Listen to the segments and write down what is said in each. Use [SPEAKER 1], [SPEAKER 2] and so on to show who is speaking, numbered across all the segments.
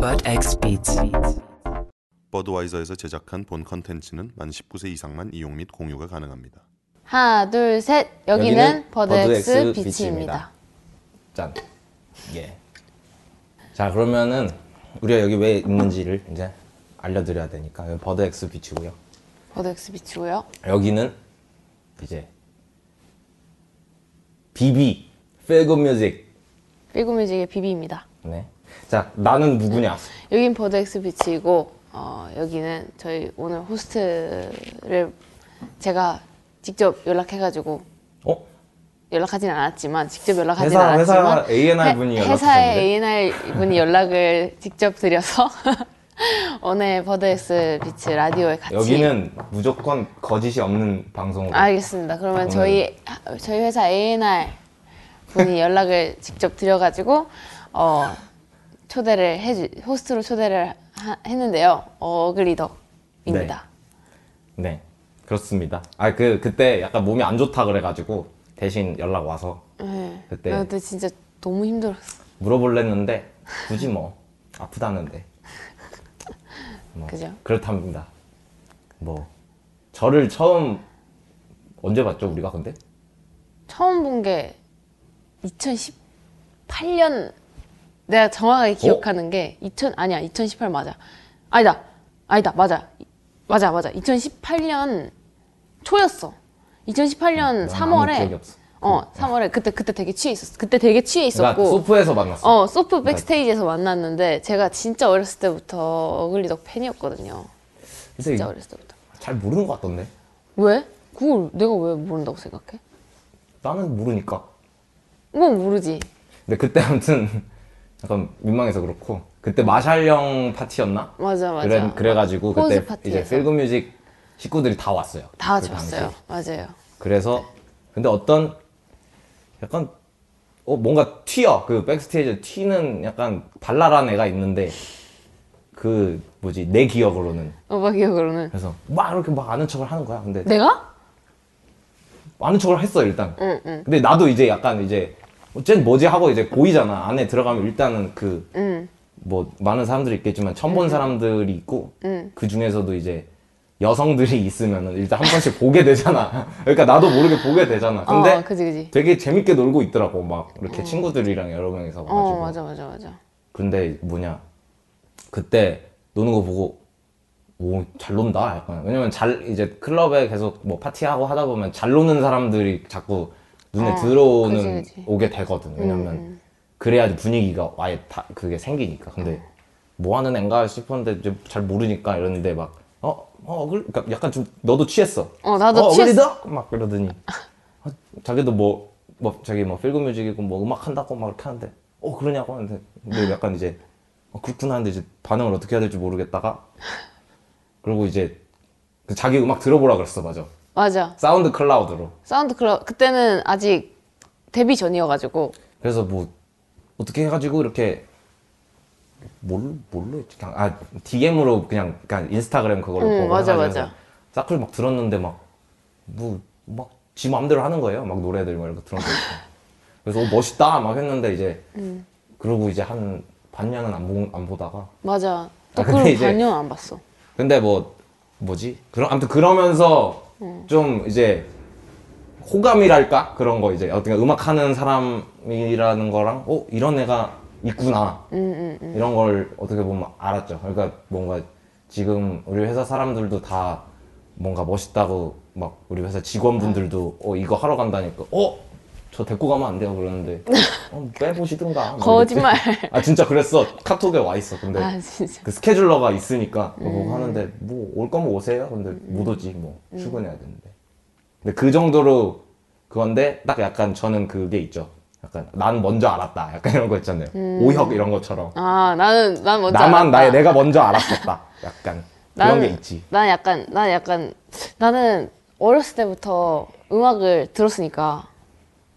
[SPEAKER 1] But X Beats.
[SPEAKER 2] 버드와이저에서 제작한 본 컨텐츠는 만 19세 이상만 이용 및 공유가 가능합니다.
[SPEAKER 3] 하나, 둘, 셋. 여기는,
[SPEAKER 4] 여기는
[SPEAKER 3] 버드엑스
[SPEAKER 4] 버드엑스
[SPEAKER 3] 비치입니다.
[SPEAKER 4] 비치입니다. 짠. 예. 자 그러면은 우리가 여기 왜 있는지를 이제 알려드려야 되니까 여기 버드 X 비치고요.
[SPEAKER 3] 버드엑스 비치고요.
[SPEAKER 4] 여기는 이제 BB 페그 뮤직.
[SPEAKER 3] 삐그뮤직의 비비입니다.
[SPEAKER 4] 네. 자 나는 누구냐?
[SPEAKER 3] 여긴 버드엑스 비치이고 어, 여기는 저희 오늘 호스트를 제가 직접 연락해가지고
[SPEAKER 4] 어?
[SPEAKER 3] 연락하진 않았지만 직접 연락하진
[SPEAKER 4] 회사- 회사
[SPEAKER 3] 않았지만
[SPEAKER 4] A&R
[SPEAKER 3] 회-
[SPEAKER 4] 분이
[SPEAKER 3] 회사의
[SPEAKER 4] 연락하셨는데?
[SPEAKER 3] A&R 분이 연락을 직접 드려서 오늘 버드엑스 비치 라디오에 같이
[SPEAKER 4] 여기는 무조건 거짓이 없는 방송으로.
[SPEAKER 3] 알겠습니다. 그러면
[SPEAKER 4] 아, 네.
[SPEAKER 3] 저희 하- 저희 회사 A&R 분이 연락을 직접 드려가지고 어, 초대를 해주 호스트로 초대를 하- 했는데요. 어글리덕입니다.
[SPEAKER 4] 네. 그렇습니다. 아 그 그때 약간 몸이 안 좋다 그래가지고 대신 연락 와서
[SPEAKER 3] 네.
[SPEAKER 4] 그때-
[SPEAKER 3] 나 그때 진짜 너무 힘들었어.
[SPEAKER 4] 물어볼랬는데 굳이 뭐 아프다는데 뭐
[SPEAKER 3] 그죠?
[SPEAKER 4] 그렇답니다. 뭐 저를 처음 언제 봤죠 우리가 근데
[SPEAKER 3] 처음 본 게 2018년 내가
[SPEAKER 4] 어?
[SPEAKER 3] 정확하게 기억하는 게 2000 아니야 2018 맞아 아니다 아니다 맞아 이- 맞아 맞아 2018년 초였어 2018년
[SPEAKER 4] 난 아무
[SPEAKER 3] 3월에
[SPEAKER 4] 기억이 없어.
[SPEAKER 3] 어 3월에 그때 그때 되게 취해 있었어 그때 되게 취해
[SPEAKER 4] 그러니까
[SPEAKER 3] 있었고
[SPEAKER 4] 소프에서 아. 만났어.
[SPEAKER 3] 어 소프 백스테이지에서 만났는데 제가 진짜 어렸을 때부터 어글리덕 팬이었거든요
[SPEAKER 4] 근데
[SPEAKER 3] 진짜 어렸을 때부터
[SPEAKER 4] 잘 모르는 것 같던데
[SPEAKER 3] 왜 그걸 내가 왜 모른다고 생각해?
[SPEAKER 4] 나는 모르니까.
[SPEAKER 3] 그건 모르지
[SPEAKER 4] 근데 그때 아무튼 약간 민망해서 그렇고 그때 마샬령 파티였나?
[SPEAKER 3] 맞아 맞아
[SPEAKER 4] 그래 그래가지고
[SPEAKER 3] 호즈
[SPEAKER 4] 그때 이제
[SPEAKER 3] 파티에서.
[SPEAKER 4] 필그뮤직 식구들이 다 왔어요.
[SPEAKER 3] 다
[SPEAKER 4] 그 당시에.
[SPEAKER 3] 줬어요. 맞아요.
[SPEAKER 4] 그래서 근데 어떤 약간 어 뭔가 튀어 그 백스테이지 튀는 약간 발랄한 애가 있는데 그 뭐지 내 기억으로는
[SPEAKER 3] 오빠 기억으로는
[SPEAKER 4] 그래서 막 이렇게 막 아는 척을 하는 거야 근데
[SPEAKER 3] 내가?
[SPEAKER 4] 아는 척을 했어 일단
[SPEAKER 3] 응, 응.
[SPEAKER 4] 근데 나도 이제 약간 이제 어쨌든 뭐지 하고 이제 보이잖아 안에 들어가면 일단은 그
[SPEAKER 3] 응.
[SPEAKER 4] 뭐 많은 사람들이 있겠지만 처음 본 사람들이 있고
[SPEAKER 3] 음.
[SPEAKER 4] 그 중에서도 이제 여성들이 있으면은 일단 한 번씩 보게 되잖아. 그러니까 나도 모르게 보게 되잖아. 근데
[SPEAKER 3] 어, 그지, 그지.
[SPEAKER 4] 되게 재밌게 놀고 있더라고. 막 이렇게 친구들이랑 여러 명이서
[SPEAKER 3] 음. 어,
[SPEAKER 4] 와가지고.
[SPEAKER 3] 맞아, 맞아, 맞아.
[SPEAKER 4] 근데 뭐냐 그때 노는 거 보고 오 잘 논다 약간 왜냐면 잘 이제 클럽에 계속 뭐 파티하고 하다 보면 잘 노는 사람들이 자꾸 눈에
[SPEAKER 3] 어,
[SPEAKER 4] 들어오는
[SPEAKER 3] 그지, 음, 그지.
[SPEAKER 4] 오게 되거든 왜냐면 그래야지 분위기가 아예 다 그게 생기니까 근데
[SPEAKER 3] 어.
[SPEAKER 4] 뭐 하는 앤가 싶었는데 이제 잘 모르니까 이러는데 막 어, 어, 어글, 그러니까 약간 좀, 너도 취했어.
[SPEAKER 3] 어, 나도
[SPEAKER 4] 어글리다? 막 그러더니. 아, 자기도 뭐, 뭐, 자기 뭐, 필그 뮤직이고 뭐, 음악 한다고 막 이렇게 하는데, 어, 그러냐고 하는데, 근데 약간 이제, 어, 그렇구나 하는데 이제 반응을 어떻게 해야 될지 모르겠다가, 그리고 이제, 그 자기 음악 들어보라 그랬어, 맞아.
[SPEAKER 3] 맞아.
[SPEAKER 4] 사운드 클라우드로.
[SPEAKER 3] 사운드 클럽, 그때는 아직 데뷔 전이어가지고.
[SPEAKER 4] 그래서 뭐, 어떻게 해가지고 이렇게, 뭘로, 뭘로 했지? 그냥, 아, DM으로 그냥, 그냥 인스타그램 그걸로
[SPEAKER 3] 응,
[SPEAKER 4] 보고
[SPEAKER 3] 음, 맞아,
[SPEAKER 4] 해가지고
[SPEAKER 3] 맞아.
[SPEAKER 4] 사클 막 들었는데 막, 뭐, 막, 지 마음대로 하는 거예요. 막 노래들 막 이렇게 들었는데. 그래서, 어, 멋있다! 막 했는데 이제,
[SPEAKER 3] 음.
[SPEAKER 4] 그러고 이제 한 반년은 안, 보, 안 보다가.
[SPEAKER 3] 맞아. 또
[SPEAKER 4] 아, 근데
[SPEAKER 3] 그걸
[SPEAKER 4] 이제-
[SPEAKER 3] 반년 안 봤어.
[SPEAKER 4] 근데 뭐, 뭐지? 그럼, 아무튼 그러면서
[SPEAKER 3] 음.
[SPEAKER 4] 좀 이제, 호감이랄까? 그런 거 이제, 어떻게 음악 하는 사람이라는 거랑, 어, 이런 애가 있구나.
[SPEAKER 3] 음,
[SPEAKER 4] 이런 걸 어떻게 보면 알았죠. 그러니까 뭔가 지금 우리 회사 사람들도 다 뭔가 멋있다고 막 우리 회사 직원분들도
[SPEAKER 3] 음.
[SPEAKER 4] 어 이거 하러 간다니까 어 저 데리고 가면 안 돼요 그러는데 어, 빼보시든가 막
[SPEAKER 3] 거짓말.
[SPEAKER 4] 이랬지. 아 진짜 그랬어 카톡에 와 있어 근데
[SPEAKER 3] 아, 음. 진짜.
[SPEAKER 4] 그 스케줄러가 있으니까 뭐 하는데 뭐 올 거면 오세요 근데
[SPEAKER 3] 음.
[SPEAKER 4] 못 오지 뭐 출근해야 되는데 근데 그 정도로 그건데 딱 약간 저는 그게 있죠 약간 난 먼저 알았다 약간 이런 거 있잖아요 오혁 이런 것처럼
[SPEAKER 3] 음. 아, 나는, 난 먼저.
[SPEAKER 4] 나만
[SPEAKER 3] 알았다.
[SPEAKER 4] 나의 내가 먼저 알았었다. 약간 그런
[SPEAKER 3] 나는-
[SPEAKER 4] 게 있지.
[SPEAKER 3] 난 약간, 난 약간, 나는 어렸을 때부터 음악을 들었으니까.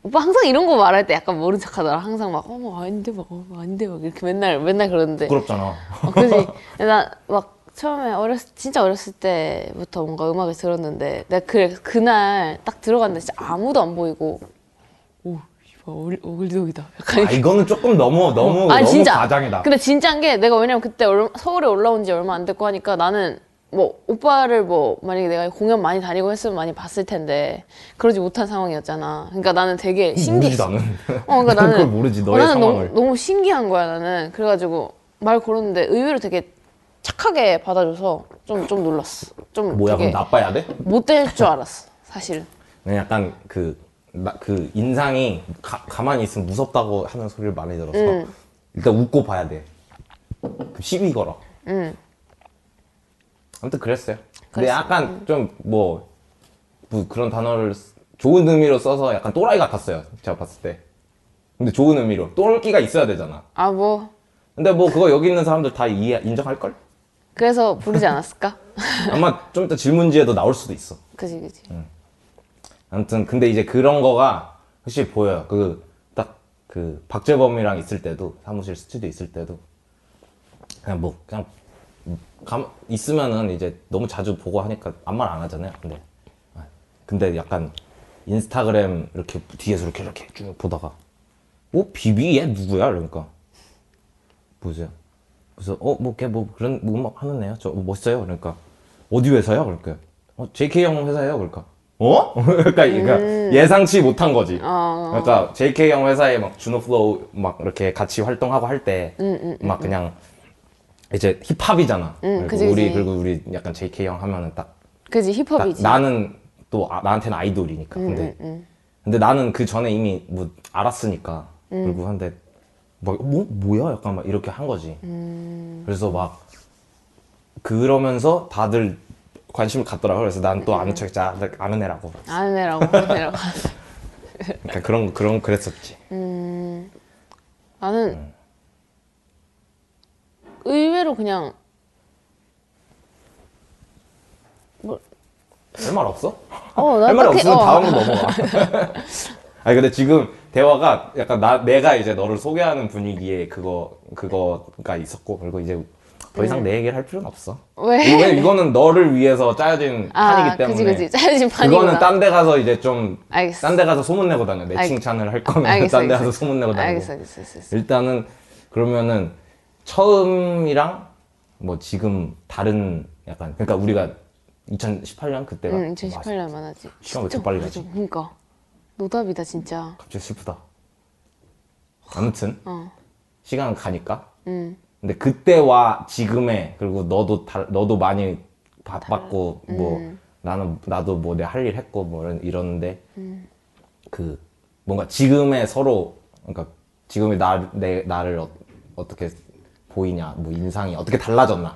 [SPEAKER 3] 오빠 항상 이런 거 말할 때 약간 모른 척 하더라. 항상 막, 어머, 아닌데, 막, 어머, 아닌데, 막, 이렇게 맨날, 맨날 그러는데.
[SPEAKER 4] 부끄럽잖아.
[SPEAKER 3] 어, 그지? 나 막 처음에 어렸 진짜 어렸을 때부터 뭔가 음악을 들었는데 내가 그 그날 딱 들어갔는데 진짜 아무도 안 보이고 오 뭐, 오글독이다. 약간
[SPEAKER 4] 아 이거는 조금 너무 너무
[SPEAKER 3] 아니,
[SPEAKER 4] 너무
[SPEAKER 3] 진짜.
[SPEAKER 4] 과장이다.
[SPEAKER 3] 근데 진짜인 게 내가 왜냐면 그때 얼- 서울에 올라온 지 얼마 안 됐고 하니까 나는 뭐 오빠를 뭐 만약에 내가 공연 많이 다니고 했으면 많이 봤을 텐데 그러지 못한 상황이었잖아. 그러니까 나는 되게
[SPEAKER 4] 모르지
[SPEAKER 3] 신기했어.
[SPEAKER 4] 나는.
[SPEAKER 3] 어, 그러니까
[SPEAKER 4] 난
[SPEAKER 3] 나는
[SPEAKER 4] 그걸 모르지,
[SPEAKER 3] 어,
[SPEAKER 4] 너의
[SPEAKER 3] 나는
[SPEAKER 4] 상황을.
[SPEAKER 3] 너무, 너무 신기한 거야 나는. 그래가지고 말 걸었는데 의외로 되게 착하게 받아줘서 좀 좀 놀랐어. 좀
[SPEAKER 4] 뭐야
[SPEAKER 3] 되게
[SPEAKER 4] 그럼 나빠야 돼?
[SPEAKER 3] 못될 줄 알았어 사실은.
[SPEAKER 4] 네, 약간 그, 나, 그 인상이 가, 가만히 있으면 무섭다고 하는 소리를 많이 들어서
[SPEAKER 3] 음.
[SPEAKER 4] 일단 웃고 봐야 돼. 그 시비 걸어. 아무튼 그랬어요. 근데
[SPEAKER 3] 음. 그랬어요. 음.
[SPEAKER 4] 약간 좀 뭐, 뭐 그런 단어를 쓰- 좋은 의미로 써서 약간 또라이 같았어요. 제가 봤을 때. 근데 좋은 의미로. 또올기가 있어야 되잖아.
[SPEAKER 3] 아 뭐
[SPEAKER 4] 근데 뭐 그거 여기 있는 사람들 다 이해, 인정할걸?
[SPEAKER 3] 그래서 부르지 않았을까?
[SPEAKER 4] 아마 좀 이따 질문지에도 나올 수도 있어.
[SPEAKER 3] 그지 그지.
[SPEAKER 4] 아무튼 근데 이제 그런 거가 확실히 보여요. 그 딱 그 박재범이랑 있을 때도 사무실 스튜디오 있을 때도 그냥 뭐 그냥 감 있으면은 이제 너무 자주 보고 하니까 아무 말 안 하잖아요. 근데 아, 근데 약간 인스타그램 이렇게 뒤에서 이렇게 이렇게 쭉 보다가 어 비비 얘 누구야? 이러니까 뭐지? 그래서 어뭐걔뭐 그런 뭐 음악 하는 애야? 저 멋있어요? 그러니까 어디 회사야? 그러니까 어 JK 형 회사예요? 그러니까 어? 그러니까, 그러니까 예상치 못한 거지.
[SPEAKER 3] 음. 어.
[SPEAKER 4] 그러니까 JK 형 회사에 막 준호 플로우 막 이렇게 같이 활동하고 할 때
[SPEAKER 3] 음,
[SPEAKER 4] 막 그냥 이제 힙합이잖아. 그리고
[SPEAKER 3] 음, 그치,
[SPEAKER 4] 우리
[SPEAKER 3] 그치.
[SPEAKER 4] 그리고 우리 약간 JK 형 하면은 딱
[SPEAKER 3] 그지
[SPEAKER 4] 나-
[SPEAKER 3] 힙합이지. 음,
[SPEAKER 4] 나는 또 아- 나한테는 아이돌이니까. 근데 근데 나는 그 전에 이미 뭐 알았으니까.
[SPEAKER 3] 음.
[SPEAKER 4] 그리고 한데 막뭐 뭐야 약간 막 이렇게 한 거지.
[SPEAKER 3] 음.
[SPEAKER 4] 그래서 막 그러면서 다들 관심을 갖더라고. 그래서 난 또
[SPEAKER 3] 음.
[SPEAKER 4] 아는 척했지. 아, 나 아는 애라고.
[SPEAKER 3] 안 해라고 안 해라고.
[SPEAKER 4] 그러니까 그런 그런 그랬었지.
[SPEAKER 3] 나는 의외로 그냥
[SPEAKER 4] 할 말 없어?
[SPEAKER 3] 어, 나
[SPEAKER 4] 할 말
[SPEAKER 3] 딱히-
[SPEAKER 4] 없으면
[SPEAKER 3] 어.
[SPEAKER 4] 다음으로 넘어가. 아니 근데 지금 대화가 약간 나 내가 이제 너를 소개하는 분위기에 그거 그거가 있었고 그리고 이제 더 이상 내 얘기를 할 필요는 없어.
[SPEAKER 3] 네. 왜? 아,
[SPEAKER 4] 왜 이거는 너를 위해서 짜여진 판이기
[SPEAKER 3] 그지
[SPEAKER 4] 때문에.
[SPEAKER 3] 그지 짜여진 판이구나.
[SPEAKER 4] 그거는 딴 데 가서 이제 좀 딴
[SPEAKER 3] 알겠어.
[SPEAKER 4] 데 가서 소문 내고 다녀. 내
[SPEAKER 3] 알-
[SPEAKER 4] 칭찬을 할 거면
[SPEAKER 3] 알겠어,
[SPEAKER 4] 딴 데
[SPEAKER 3] 알겠어.
[SPEAKER 4] 가서 소문 내고 다니고.
[SPEAKER 3] 알겠어, 알겠어, 알겠어. 알겠어.
[SPEAKER 4] 일단은 그러면은 처음이랑 뭐 지금 다른 약간 그러니까 우리가 2018년 그때가
[SPEAKER 3] 응,
[SPEAKER 4] 와,
[SPEAKER 3] 음, 2018년 만하지.
[SPEAKER 4] 아, 시간 왜 이렇게 빨리 가지?
[SPEAKER 3] 그러니까 노답이다 진짜.
[SPEAKER 4] 갑자기 슬프다. 아무튼
[SPEAKER 3] 어.
[SPEAKER 4] 시간 가니까. 근데 그때와 지금의 그리고 너도 다, 너도 많이 바빴고 뭐 나는 나도 뭐 내 할 일 했고 뭐 이런 이러는데 그 뭔가 지금의 서로 그러니까 지금의 나내 나를 어, 어떻게 보이냐 뭐 인상이 어떻게 달라졌나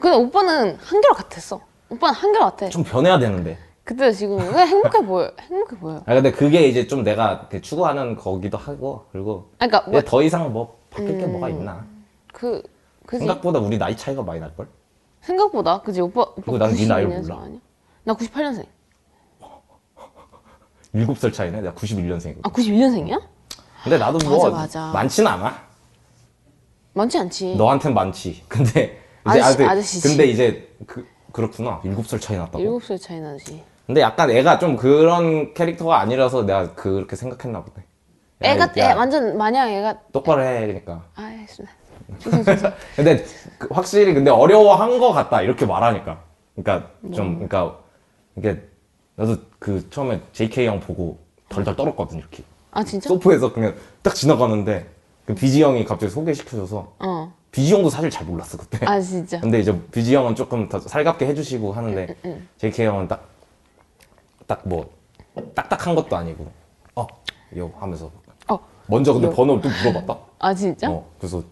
[SPEAKER 3] 근데 오빠는 한결 같았어. 오빠는 한결 같아.
[SPEAKER 4] 좀 변해야 되는데.
[SPEAKER 3] 그때 지금 왜 행복해 보여? 행복해 보여.
[SPEAKER 4] 아 근데 그게 이제 좀 내가 이렇게 추구하는 거기도 하고 그리고
[SPEAKER 3] 아, 그러니까
[SPEAKER 4] 이제
[SPEAKER 3] 뭐, 음.
[SPEAKER 4] 더 이상 뭐 바뀔 게 뭐가 있나
[SPEAKER 3] 그 그지
[SPEAKER 4] 생각보다 우리 나이 차이가 많이 날 걸.
[SPEAKER 3] 생각... 보다 그지 오빠 오빠
[SPEAKER 4] 그리고 난네 나이를
[SPEAKER 3] 92년생
[SPEAKER 4] 몰라.
[SPEAKER 3] 아니야? 나 98년생.
[SPEAKER 4] 일곱 살 차이네. 내가 91년생이고.
[SPEAKER 3] 아 91년생이야?
[SPEAKER 4] 근데 나도
[SPEAKER 3] 맞아,
[SPEAKER 4] 뭐
[SPEAKER 3] 맞아.
[SPEAKER 4] 많진 않아.
[SPEAKER 3] 많지 않지.
[SPEAKER 4] 너한텐 많지. 근데 이제
[SPEAKER 3] 아저씨,
[SPEAKER 4] 아들-
[SPEAKER 3] 아저씨지.
[SPEAKER 4] 근데 이제 그, 그렇구나. 일곱 살 차이 났다고.
[SPEAKER 3] 7살 차이 나지.
[SPEAKER 4] 근데 약간 애가 좀 그런 캐릭터가 아니라서 내가 그렇게 생각했나 보네. 야,
[SPEAKER 3] 애가
[SPEAKER 4] 야,
[SPEAKER 3] 애, 완전 마냥 애가
[SPEAKER 4] 똑바로 해. 그러니까.
[SPEAKER 3] 아이 씨.
[SPEAKER 4] 근데 그- 확실히 근데 어려워한 거 같다. 이렇게 말하니까. 그러니까 좀
[SPEAKER 3] 네.
[SPEAKER 4] 그러니까 이게 나도 그 처음에 JK 형 보고 덜덜 떨었거든 이렇게.
[SPEAKER 3] 아 진짜?
[SPEAKER 4] 소프에서 그냥 딱 지나가는데 그 비지 형이 갑자기 소개시켜줘서
[SPEAKER 3] 어.
[SPEAKER 4] 비지 형도 사실 잘 몰랐어 그때.
[SPEAKER 3] 아 진짜.
[SPEAKER 4] 근데 이제 비지 형은 조금 더 살갑게 해주시고
[SPEAKER 3] 음,
[SPEAKER 4] 하는데 JK 형은 딱 딱 뭐 딱딱한 것도 아니고 어요 하면서
[SPEAKER 3] 어.
[SPEAKER 4] 먼저 근데
[SPEAKER 3] 요.
[SPEAKER 4] 번호를 또 물어봤다.
[SPEAKER 3] 아 진짜?
[SPEAKER 4] 어 그래서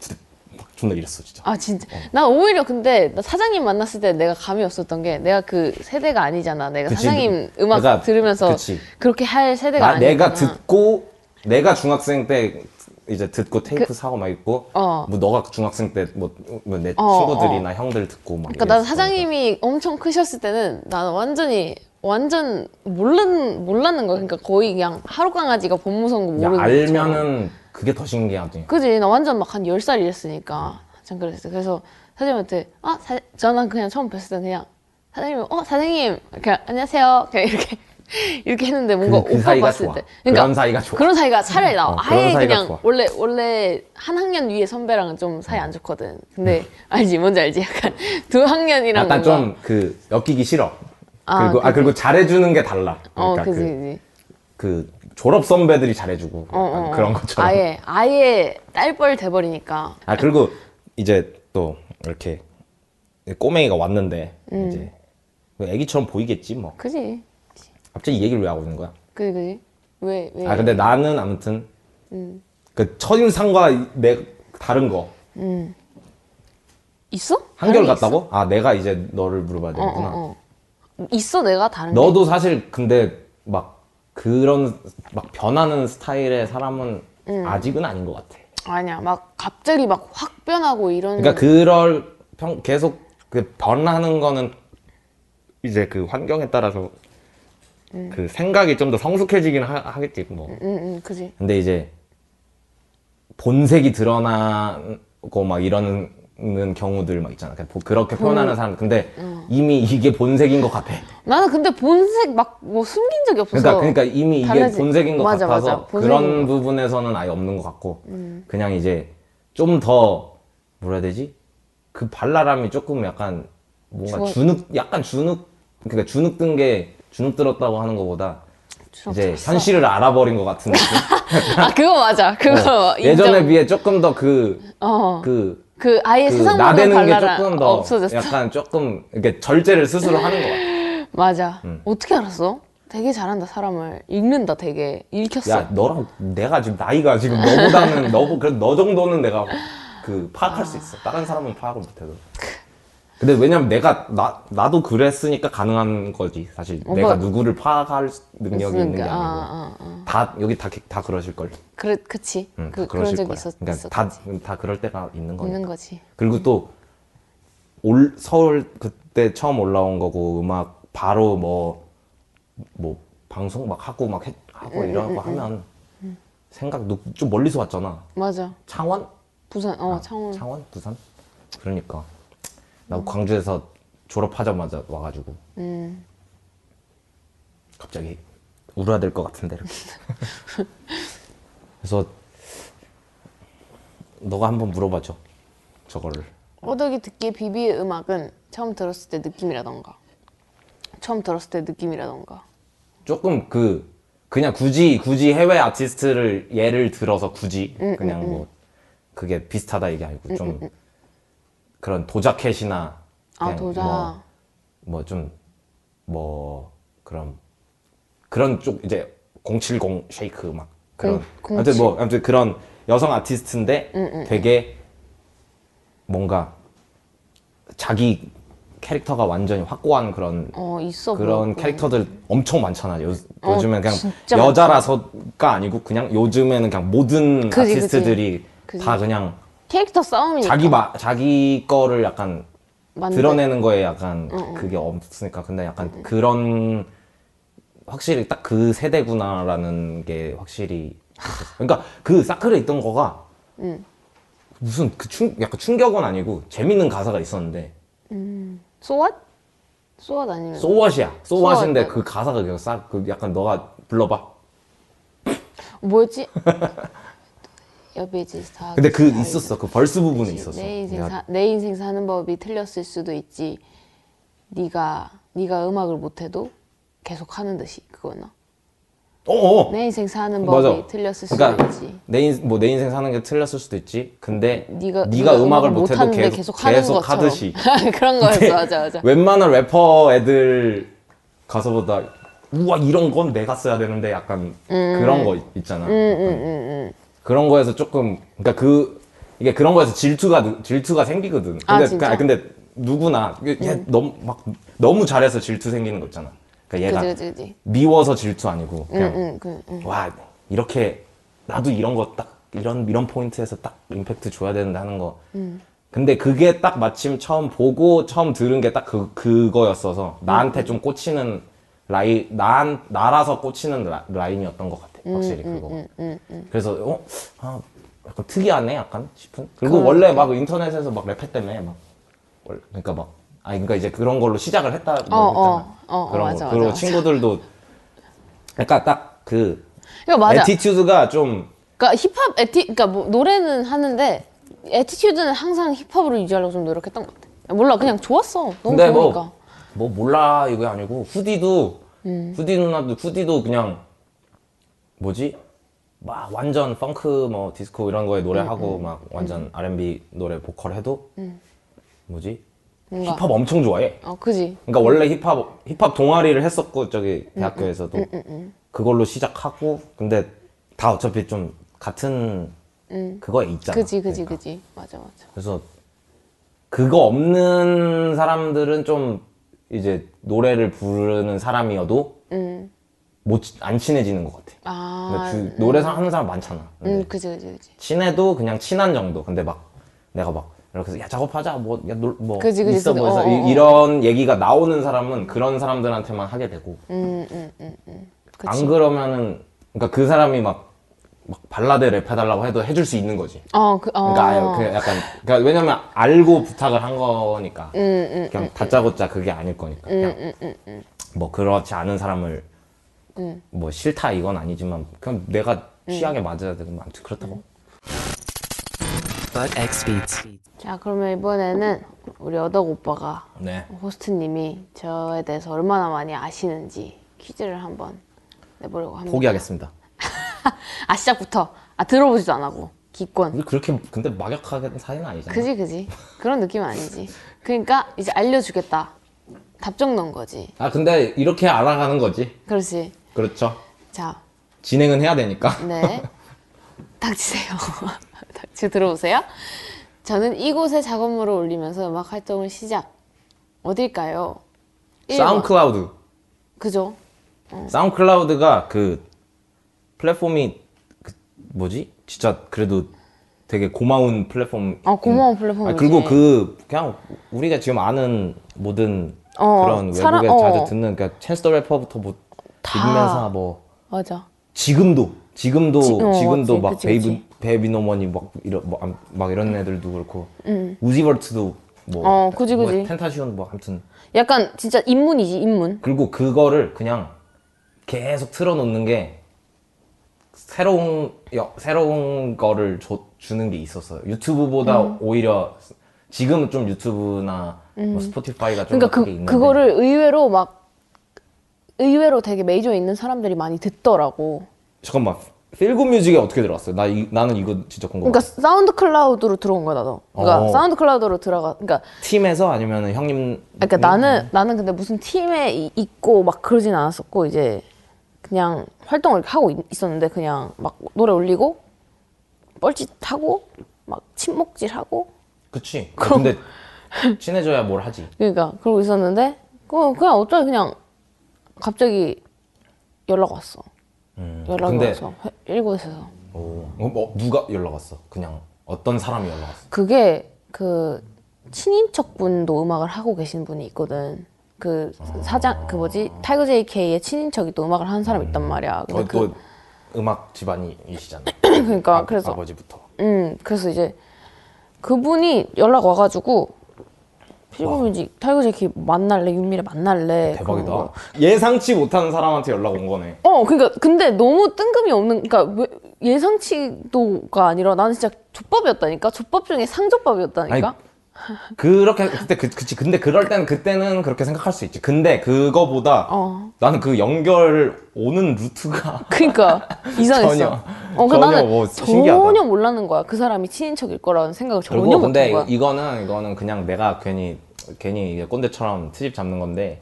[SPEAKER 4] 진짜 막 존나 이랬어 진짜.
[SPEAKER 3] 아 진짜. 난 오히려 근데 나 사장님 만났을 때 내가 감이 없었던 게 내가 그 세대가 아니잖아. 내가
[SPEAKER 4] 그치.
[SPEAKER 3] 사장님 음악
[SPEAKER 4] 그러니까,
[SPEAKER 3] 들으면서
[SPEAKER 4] 그치.
[SPEAKER 3] 그렇게할 세대가
[SPEAKER 4] 나
[SPEAKER 3] 아니잖아.
[SPEAKER 4] 내가 듣고 내가 중학생 때 이제 듣고 테이프 사고 막 있고
[SPEAKER 3] 그 어.
[SPEAKER 4] 뭐 너가 중학생 때 뭐 내
[SPEAKER 3] 어,
[SPEAKER 4] 친구들이나 형들 듣고 막
[SPEAKER 3] 그러니까 난
[SPEAKER 4] 이랬을 거니까.
[SPEAKER 3] 사장님이 엄청 크셨을 때는 나는 완전히 완전 몰랐 몰랐는 거야. 그러니까 거의 그냥 하루 강아지가 법무선고 모르는
[SPEAKER 4] 야,
[SPEAKER 3] 것처럼.
[SPEAKER 4] 알면은 그게 더 신기하지.
[SPEAKER 3] 그지 나 완전 막 한 10살 이랬으니까 참 그랬어 그래서 사장님한테 어, 아 사, 저는 그냥 처음 뵀을 때 그냥 사장님 어 사장님 그냥 안녕하세요 그냥 이렇게 이렇게 했는데 뭔가
[SPEAKER 4] 그- 그
[SPEAKER 3] 오빠
[SPEAKER 4] 사이가
[SPEAKER 3] 봤을
[SPEAKER 4] 좋아.
[SPEAKER 3] 때 그러니까
[SPEAKER 4] 그런 사이가 좋아.
[SPEAKER 3] 그런 사이가 차라리 나.
[SPEAKER 4] 어,
[SPEAKER 3] 와
[SPEAKER 4] 그런
[SPEAKER 3] 아예
[SPEAKER 4] 사이가
[SPEAKER 3] 그냥
[SPEAKER 4] 좋아.
[SPEAKER 3] 원래 원래 한 학년 위에 선배랑은 좀 사이 안 좋거든. 근데 알지 뭔지 알지 약간 두 학년이랑
[SPEAKER 4] 음.
[SPEAKER 3] 뭔가
[SPEAKER 4] 약간 좀 그 엮이기 싫어.
[SPEAKER 3] 아,
[SPEAKER 4] 그리고 아
[SPEAKER 3] 그지.
[SPEAKER 4] 그리고 잘해주는 게 달라.
[SPEAKER 3] 어
[SPEAKER 4] 그러니까
[SPEAKER 3] 그지
[SPEAKER 4] 그,
[SPEAKER 3] 그지.
[SPEAKER 4] 그 졸업 선배들이 잘해주고
[SPEAKER 3] 어,
[SPEAKER 4] 약간
[SPEAKER 3] 어, 어.
[SPEAKER 4] 그런 것처럼.
[SPEAKER 3] 아예 아예 딸뻘 돼버리니까
[SPEAKER 4] 아 그리고 이제 또 이렇게 꼬맹이가 왔는데
[SPEAKER 3] 음.
[SPEAKER 4] 이제 그 애기처럼 보이겠지 뭐.
[SPEAKER 3] 그지
[SPEAKER 4] 갑자기 이 얘기를 왜 하고 있는 거야?
[SPEAKER 3] 그지 그지 왜 왜?
[SPEAKER 4] 아 근데 나는 아무튼
[SPEAKER 3] 음.
[SPEAKER 4] 그 첫인상과 이- 내 다른 거
[SPEAKER 3] 있어?
[SPEAKER 4] 한결
[SPEAKER 3] 다른 게
[SPEAKER 4] 같다고? 아 내가 이제 너를 물어봐야
[SPEAKER 3] 있어? 어,
[SPEAKER 4] 되는구나.
[SPEAKER 3] 어, 어. 있어 내가 다른 게?
[SPEAKER 4] 너도 사실 근데 막 그런 막 변하는 스타일의 사람은
[SPEAKER 3] 음.
[SPEAKER 4] 아직은 아닌 것 같아.
[SPEAKER 3] 아니야 막 갑자기 막 확 변하고 이런
[SPEAKER 4] 그러니까 그럴 평, 계속 그 변하는 거는 이제 그 환경에 따라서
[SPEAKER 3] 음.
[SPEAKER 4] 그 생각이 좀 더 성숙해지긴 하, 하겠지 뭐.
[SPEAKER 3] 응, 응, 음, 그지.
[SPEAKER 4] 근데 이제 본색이 드러나고 막 이러는 경우들 막 있잖아. 그러니까 보-
[SPEAKER 3] 음.
[SPEAKER 4] 그렇게 표현하는 사람. 근데 이미 이게 본색인 것 같아.
[SPEAKER 3] 나는 근데 본색 막 뭐 숨긴 적이 없어서.
[SPEAKER 4] 그러니까 그러니까 이미 이게
[SPEAKER 3] 달라지-
[SPEAKER 4] 본색인 것
[SPEAKER 3] 맞아,
[SPEAKER 4] 같아서
[SPEAKER 3] 맞아. 음. 본색인
[SPEAKER 4] 그런 부분에서는 아예 없는 것 같고 그냥 이제 좀 더 뭐라 해야 되지? 그 발랄함이 조금 약간 뭔가
[SPEAKER 3] 죽어-
[SPEAKER 4] 주눅 약간 주눅 그러니까 주눅 든 게 주눅 들었다고 하는 것보다
[SPEAKER 3] 주눅
[SPEAKER 4] 이제
[SPEAKER 3] 들었어.
[SPEAKER 4] 현실을 알아버린 것 같은 느낌.
[SPEAKER 3] 아 그거 맞아. 그거
[SPEAKER 4] 어, 예전에
[SPEAKER 3] 인정.
[SPEAKER 4] 비해 조금 더그그
[SPEAKER 3] 어. 그,
[SPEAKER 4] 그,
[SPEAKER 3] 아예
[SPEAKER 4] 그
[SPEAKER 3] 세상 보는
[SPEAKER 4] 나대는 게
[SPEAKER 3] 발랄한
[SPEAKER 4] 조금 더
[SPEAKER 3] 없어졌어.
[SPEAKER 4] 약간 조금 이렇게 절제를 스스로 하는 것 같아.
[SPEAKER 3] 맞아.
[SPEAKER 4] 음.
[SPEAKER 3] 어떻게 알았어? 되게 잘한다 사람을 읽는다 되게 읽혔어.
[SPEAKER 4] 야 너랑 내가 지금 나이가 지금 너보다는 너보 그래도 너 정도는 내가 그 파악할
[SPEAKER 3] 아.
[SPEAKER 4] 수 있어. 다른 사람은 파악을 못해도. 근데 왜냐면 내가 나 나도 그랬으니까 가능한 거지. 사실
[SPEAKER 3] 어,
[SPEAKER 4] 내가
[SPEAKER 3] 뭐-
[SPEAKER 4] 누구를 파악할 수- 능력이 있는 게
[SPEAKER 3] 아,
[SPEAKER 4] 아니고
[SPEAKER 3] 아, 아.
[SPEAKER 4] 다 여기 다 다 그러실 걸.
[SPEAKER 3] 그래 그치.
[SPEAKER 4] 응,
[SPEAKER 3] 그 그런
[SPEAKER 4] 다 그러실
[SPEAKER 3] 적이
[SPEAKER 4] 거야.
[SPEAKER 3] 있었
[SPEAKER 4] 그러니까
[SPEAKER 3] 있었-
[SPEAKER 4] 다 어. 다 그럴 때가 있는 거니까.
[SPEAKER 3] 있는 거지.
[SPEAKER 4] 그리고 또 올, 서울 그때 처음 올라온 거고 음악 바로 뭐 뭐 방송 막 하고 막 해- 하고
[SPEAKER 3] 음,
[SPEAKER 4] 이런 거 하면 생각 너 좀 멀리서 왔잖아.
[SPEAKER 3] 맞아.
[SPEAKER 4] 창원?
[SPEAKER 3] 부산
[SPEAKER 4] 아,
[SPEAKER 3] 어 창원. 음.
[SPEAKER 4] 창원? 부산? 그러니까 나 광주에서 졸업하자마자 와가지고 갑자기 울어야 될 것 같은데 이렇게. 그래서 너가 한번 물어봐줘 저거를.
[SPEAKER 3] 호덕이 듣기에 비비의 음악은 처음 들었을 때 느낌이라던가 처음 들었을 때 느낌이라던가
[SPEAKER 4] 조금 그 그냥 굳이 굳이 해외 아티스트를 예를 들어서 굳이
[SPEAKER 3] 음,
[SPEAKER 4] 그냥 뭐 그게 비슷하다 얘기 아니고 좀 그런 도자켓이나
[SPEAKER 3] 아
[SPEAKER 4] 그냥
[SPEAKER 3] 도자
[SPEAKER 4] 뭐, 뭐좀 뭐 그런 그런 쪽 이제 070 쉐이크 막 그런
[SPEAKER 3] 공- 음,
[SPEAKER 4] 아무튼 뭐 아무튼 그런 여성 아티스트인데 되게 뭔가 자기 캐릭터가 완전히 확고한 그런
[SPEAKER 3] 어 있어
[SPEAKER 4] 뭐 그런
[SPEAKER 3] 보였구나.
[SPEAKER 4] 캐릭터들 엄청 많잖아. 요,
[SPEAKER 3] 어,
[SPEAKER 4] 요즘엔 그냥
[SPEAKER 3] 진짜
[SPEAKER 4] 여자라서가 아니고 그냥 요즘에는 그냥 모든
[SPEAKER 3] 그지,
[SPEAKER 4] 아티스트들이
[SPEAKER 3] 그지.
[SPEAKER 4] 다 그냥
[SPEAKER 3] 캐릭터 싸움이니까
[SPEAKER 4] 자기 마, 자기 거를 약간
[SPEAKER 3] 만든- 어,
[SPEAKER 4] 드러내는 거에 약간 그게 없으니까 근데 약간 그런 확실히 딱 그 세대구나라는 게 확실히 있었어. 그러니까 그 사클에 있던 거가 무슨 그 충, 약간 충격은 아니고 재밌는 가사가 있었는데
[SPEAKER 3] 소왓? 소왓 아니면
[SPEAKER 4] 소왓이야
[SPEAKER 3] 소왓.
[SPEAKER 4] 소왓인데 그 가사가 그냥 싹그 약간 너가 불러봐
[SPEAKER 3] 뭐였지? 여비지 다
[SPEAKER 4] 근데 그 있었어. 그 벌스 부분에 있었어.
[SPEAKER 3] 내 인생
[SPEAKER 4] 내가-
[SPEAKER 3] 사, 내 인생 사는 법이 틀렸을 수도 있지 네가 네가 음악을 못해도 계속 하는 듯이 그거나
[SPEAKER 4] 어어.
[SPEAKER 3] 내 인생 사는 법이
[SPEAKER 4] 맞아.
[SPEAKER 3] 틀렸을
[SPEAKER 4] 그러니까
[SPEAKER 3] 수도 있지
[SPEAKER 4] 내 인, 뭐내 인생 사는 게 틀렸을 수도 있지. 근데
[SPEAKER 3] 네가
[SPEAKER 4] 네가, 음악을 못 해도
[SPEAKER 3] 하는데
[SPEAKER 4] 계속, 계속 하듯이.
[SPEAKER 3] 그런 거였어 맞아 맞아
[SPEAKER 4] 웬만한 래퍼 애들 가서보다 우와 이런 건 내가 써야 되는데 약간
[SPEAKER 3] 음.
[SPEAKER 4] 그런 거 있- 있잖아. 그런 거에서 조금 그러니까 그 이게 그런 거에서 질투가 느- 질투가 생기거든. 근데
[SPEAKER 3] 아,
[SPEAKER 4] 그-
[SPEAKER 3] 진짜? 음.
[SPEAKER 4] 아니, 근데 누구나 얘, 얘 너무 막 너무 잘해서 질투 생기는 거 있잖아. 그러니까 얘가
[SPEAKER 3] 그지 그지 그지
[SPEAKER 4] 미워서 질투 아니고 그냥
[SPEAKER 3] 응응 그 응.
[SPEAKER 4] 와 이렇게 나도 이런 거 딱 이런 이런 포인트에서 딱 임팩트 줘야 되는데 하는 거.
[SPEAKER 3] 음.
[SPEAKER 4] 근데 그게 딱 마침 처음 보고 처음 들은 게 딱 그 그거였어서 나한테
[SPEAKER 3] 음.
[SPEAKER 4] 좀 꽂히는 라이 난 나라서 꽂히는 라, 라인이었던 것 같아.
[SPEAKER 3] 음,
[SPEAKER 4] 확실히 그거. 그래서 어 아, 약간 특이하네 약간 싶은. 그리고
[SPEAKER 3] 그러니까.
[SPEAKER 4] 원래 막 인터넷에서 막 랩했다며 막 원래- 그러니까 막. 아니 그러니까 이제 그런 걸로 시작을 했다 고
[SPEAKER 3] 어,
[SPEAKER 4] 했잖아.
[SPEAKER 3] 어, 어, 어,
[SPEAKER 4] 그런
[SPEAKER 3] 맞아,
[SPEAKER 4] 거. 그리고
[SPEAKER 3] 맞아, 맞아.
[SPEAKER 4] 친구들도 약간 딱 그
[SPEAKER 3] 이거 맞아.
[SPEAKER 4] 에티튜드가 좀
[SPEAKER 3] 그러니까 힙합 에티 그러니까 뭐 노래는 하는데 에티튜드는 항상 힙합으로 유지하려고 좀 노력했던 것 같아. 몰라 그냥 좋았어. 그러니까. 너무
[SPEAKER 4] 근데
[SPEAKER 3] 좋으니까.
[SPEAKER 4] 뭐, 뭐 몰라 이게 아니고 후디도
[SPEAKER 3] 음.
[SPEAKER 4] 후디 누나도 후디도 그냥 뭐지 막 완전 펑크 뭐 디스코 이런 거에
[SPEAKER 3] 음,
[SPEAKER 4] 노래하고 막 완전 R&B 노래 보컬 해도 뭐지
[SPEAKER 3] 뭔가.
[SPEAKER 4] 힙합 엄청 좋아해.
[SPEAKER 3] 어 그지.
[SPEAKER 4] 그러니까 원래 힙합 힙합 동아리를 했었고 저기
[SPEAKER 3] 음,
[SPEAKER 4] 대학교에서도 그걸로 시작하고 근데 다 어차피 좀 같은 그거에 있잖아.
[SPEAKER 3] 음. 그지 그지
[SPEAKER 4] 그러니까.
[SPEAKER 3] 그지. 맞아 맞아.
[SPEAKER 4] 그래서 그거 없는 사람들은 좀 이제 노래를 부르는 사람이어도 못 안 친해지는 것 같아.
[SPEAKER 3] 음. 아.
[SPEAKER 4] 근데 주- 노래 사- 하는 사람 많잖아. 근데
[SPEAKER 3] 음 그지 그지 그지.
[SPEAKER 4] 친해도 그냥 친한 정도. 근데 막 내가 막 이렇게 해서 야 작업하자 뭐 야 놀 뭐
[SPEAKER 3] 그지, 그지,
[SPEAKER 4] 있어
[SPEAKER 3] 그지.
[SPEAKER 4] 뭐 해서
[SPEAKER 3] 어, 어, 어.
[SPEAKER 4] 이, 이런 얘기가 나오는 사람은 그런 사람들한테만 하게 되고
[SPEAKER 3] 음, 그치.
[SPEAKER 4] 안 그러면은 그러니까 그 사람이 막, 막 발라드 랩 해달라고 해도 해줄 수 있는 거지.
[SPEAKER 3] 어 그. 어.
[SPEAKER 4] 그러니까 아예 그 약간 그러니까 왜냐면 알고 부탁을 한 거니까
[SPEAKER 3] 음,
[SPEAKER 4] 그냥 다짜고짜 그게 아닐 거니까 그냥
[SPEAKER 3] 음.
[SPEAKER 4] 뭐 그렇지 않은 사람을 뭐 싫다 이건 아니지만 그냥 내가
[SPEAKER 3] 음.
[SPEAKER 4] 취향에 맞아야 되고 뭐 아무튼 그렇다고
[SPEAKER 1] Butt X Beats.
[SPEAKER 3] 자 그러면 이번에는 우리 어덕 오빠가
[SPEAKER 4] 네
[SPEAKER 3] 호스트님이 저에 대해서 얼마나 많이 아시는지 퀴즈를 한번 내보려고 합니다.
[SPEAKER 4] 포기하겠습니다.
[SPEAKER 3] 아 시작부터 아 들어보지도 안 하고 기권.
[SPEAKER 4] 우리 그렇게 근데 막역하게 사이는 아니잖아.
[SPEAKER 3] 그지 그지 그런 느낌 은 아니지. 그러니까 이제 알려주겠다. 답정 넣은 거지.
[SPEAKER 4] 아 근데 이렇게 알아가는 거지.
[SPEAKER 3] 그렇지.
[SPEAKER 4] 그렇죠.
[SPEAKER 3] 자,
[SPEAKER 4] 진행은 해야 되니까.
[SPEAKER 3] 네. 닥치세요. 닥치 들어오세요. 저는 이곳에 작업물을 올리면서 음악 활동을 시작. 어딜까요? 일 번.
[SPEAKER 4] 사운클라우드.
[SPEAKER 3] 그죠?
[SPEAKER 4] 사운클라우드가 그 플랫폼이 그 뭐지? 진짜 그래도 되게 고마운 플랫폼.
[SPEAKER 3] 어, 고마운 플랫폼이지.
[SPEAKER 4] 아, 그리고 그 그냥 우리가 지금 아는 모든
[SPEAKER 3] 어,
[SPEAKER 4] 그런 외국에
[SPEAKER 3] 사람- 어.
[SPEAKER 4] 자주 듣는 그러니까 챈스터 래퍼부터 뭐
[SPEAKER 3] 다.
[SPEAKER 4] 빅면사 뭐
[SPEAKER 3] 맞아.
[SPEAKER 4] 지금도 지금도
[SPEAKER 3] 지- 어,
[SPEAKER 4] 금도
[SPEAKER 3] 맞지,
[SPEAKER 4] 막
[SPEAKER 3] 그치,
[SPEAKER 4] 베이비
[SPEAKER 3] 그치.
[SPEAKER 4] 베이비 노머니 막 이런 뭐, 암- 막 이런 애들도 그렇고 우지벌트도 뭐
[SPEAKER 3] 음. 어, 그지,
[SPEAKER 4] 뭐
[SPEAKER 3] 그지.
[SPEAKER 4] 텐타시온 뭐 아무튼
[SPEAKER 3] 약간 진짜 인문이지, 인문.
[SPEAKER 4] 그리고 그거를 그냥 계속 틀어놓는 게 새로운 여- 새로운 거를 줘- 주는 게 있었어요. 유튜브보다
[SPEAKER 3] 음.
[SPEAKER 4] 오히려 지금은 좀 유튜브나 뭐 스포티파이가 좀
[SPEAKER 3] 그러니까
[SPEAKER 4] 그게
[SPEAKER 3] 그,
[SPEAKER 4] 있는데
[SPEAKER 3] 그거를 의외로 막 의외로 되게 메이저에 있는 사람들이 많이 듣더라고.
[SPEAKER 4] 잠깐만 필구 뮤직에 어떻게 들어갔어요? 나 이- 나는 이거 진짜 궁금해.
[SPEAKER 3] 그러니까 사운드 클라우드로 들어온 거야 나도. 그러니까
[SPEAKER 4] 뭐. 어.
[SPEAKER 3] 사운드 클라우드로 들어가. 그러니까
[SPEAKER 4] 팀에서 아니면 형님
[SPEAKER 3] 그러니까 나는 나는 근데 무슨 팀에 이- 있고 막 그러진 않았었고 이제 그냥 활동을 이렇게 하고 있- 있었는데 그냥 막 노래 올리고 뻘짓하고 막 침묵질하고
[SPEAKER 4] 그치. 근데 친해져야 뭘 하지.
[SPEAKER 3] 그러니까 그러고 있었는데 그 그냥 어쩌다 그냥 갑자기 연락 왔어. 연락 이
[SPEAKER 4] 음. 근데-
[SPEAKER 3] 와서 회- 일곳에서
[SPEAKER 4] 오. 어, 뭐 누가 연락 왔어? 그냥 어떤 사람이 연락 왔어?
[SPEAKER 3] 그게 그 친인척분도 음악을 하고 계신 분이 있거든. 그
[SPEAKER 4] 아.
[SPEAKER 3] 사장 그 뭐지 타이거 JK의 친인척이 또 음악을 하는 사람이 있단 말이야. 근데
[SPEAKER 4] 어,
[SPEAKER 3] 그,
[SPEAKER 4] 또 음악 집안이시잖아.
[SPEAKER 3] 그러니까 그래서
[SPEAKER 4] 아버지부터.
[SPEAKER 3] 음 그래서 이제 그분이 연락 와가지고 필고뮤직 타이거 JK 만날래 윤미래 만날래 그런 거.
[SPEAKER 4] 대박이다. 예상치 못한 사람한테 연락 온 거네.
[SPEAKER 3] 어, 그러니까 근데 너무 뜬금이 없는, 그러니까 왜- 예상치도가 아니라 나는 진짜 족밥이었다니까, 족밥 중에 상족밥이었다니까.
[SPEAKER 4] 그렇게 그때 그, 그치 근데 그럴 땐 그때는 그렇게 생각할 수 있지. 근데 그거보다
[SPEAKER 3] 어.
[SPEAKER 4] 나는 그 연결 오는 루트가
[SPEAKER 3] 그러니까 이상했어.
[SPEAKER 4] 전혀,
[SPEAKER 3] 어, 그
[SPEAKER 4] 전혀
[SPEAKER 3] 나는
[SPEAKER 4] 뭐 신기하다.
[SPEAKER 3] 전혀 몰랐는 거야. 그 사람이 친인척일 거라는 생각을 전혀
[SPEAKER 4] 그리고
[SPEAKER 3] 못한
[SPEAKER 4] 근데
[SPEAKER 3] 거야.
[SPEAKER 4] 이거는 이거는 그냥 내가 괜히 괜히 이게 꼰대처럼 트집 잡는 건데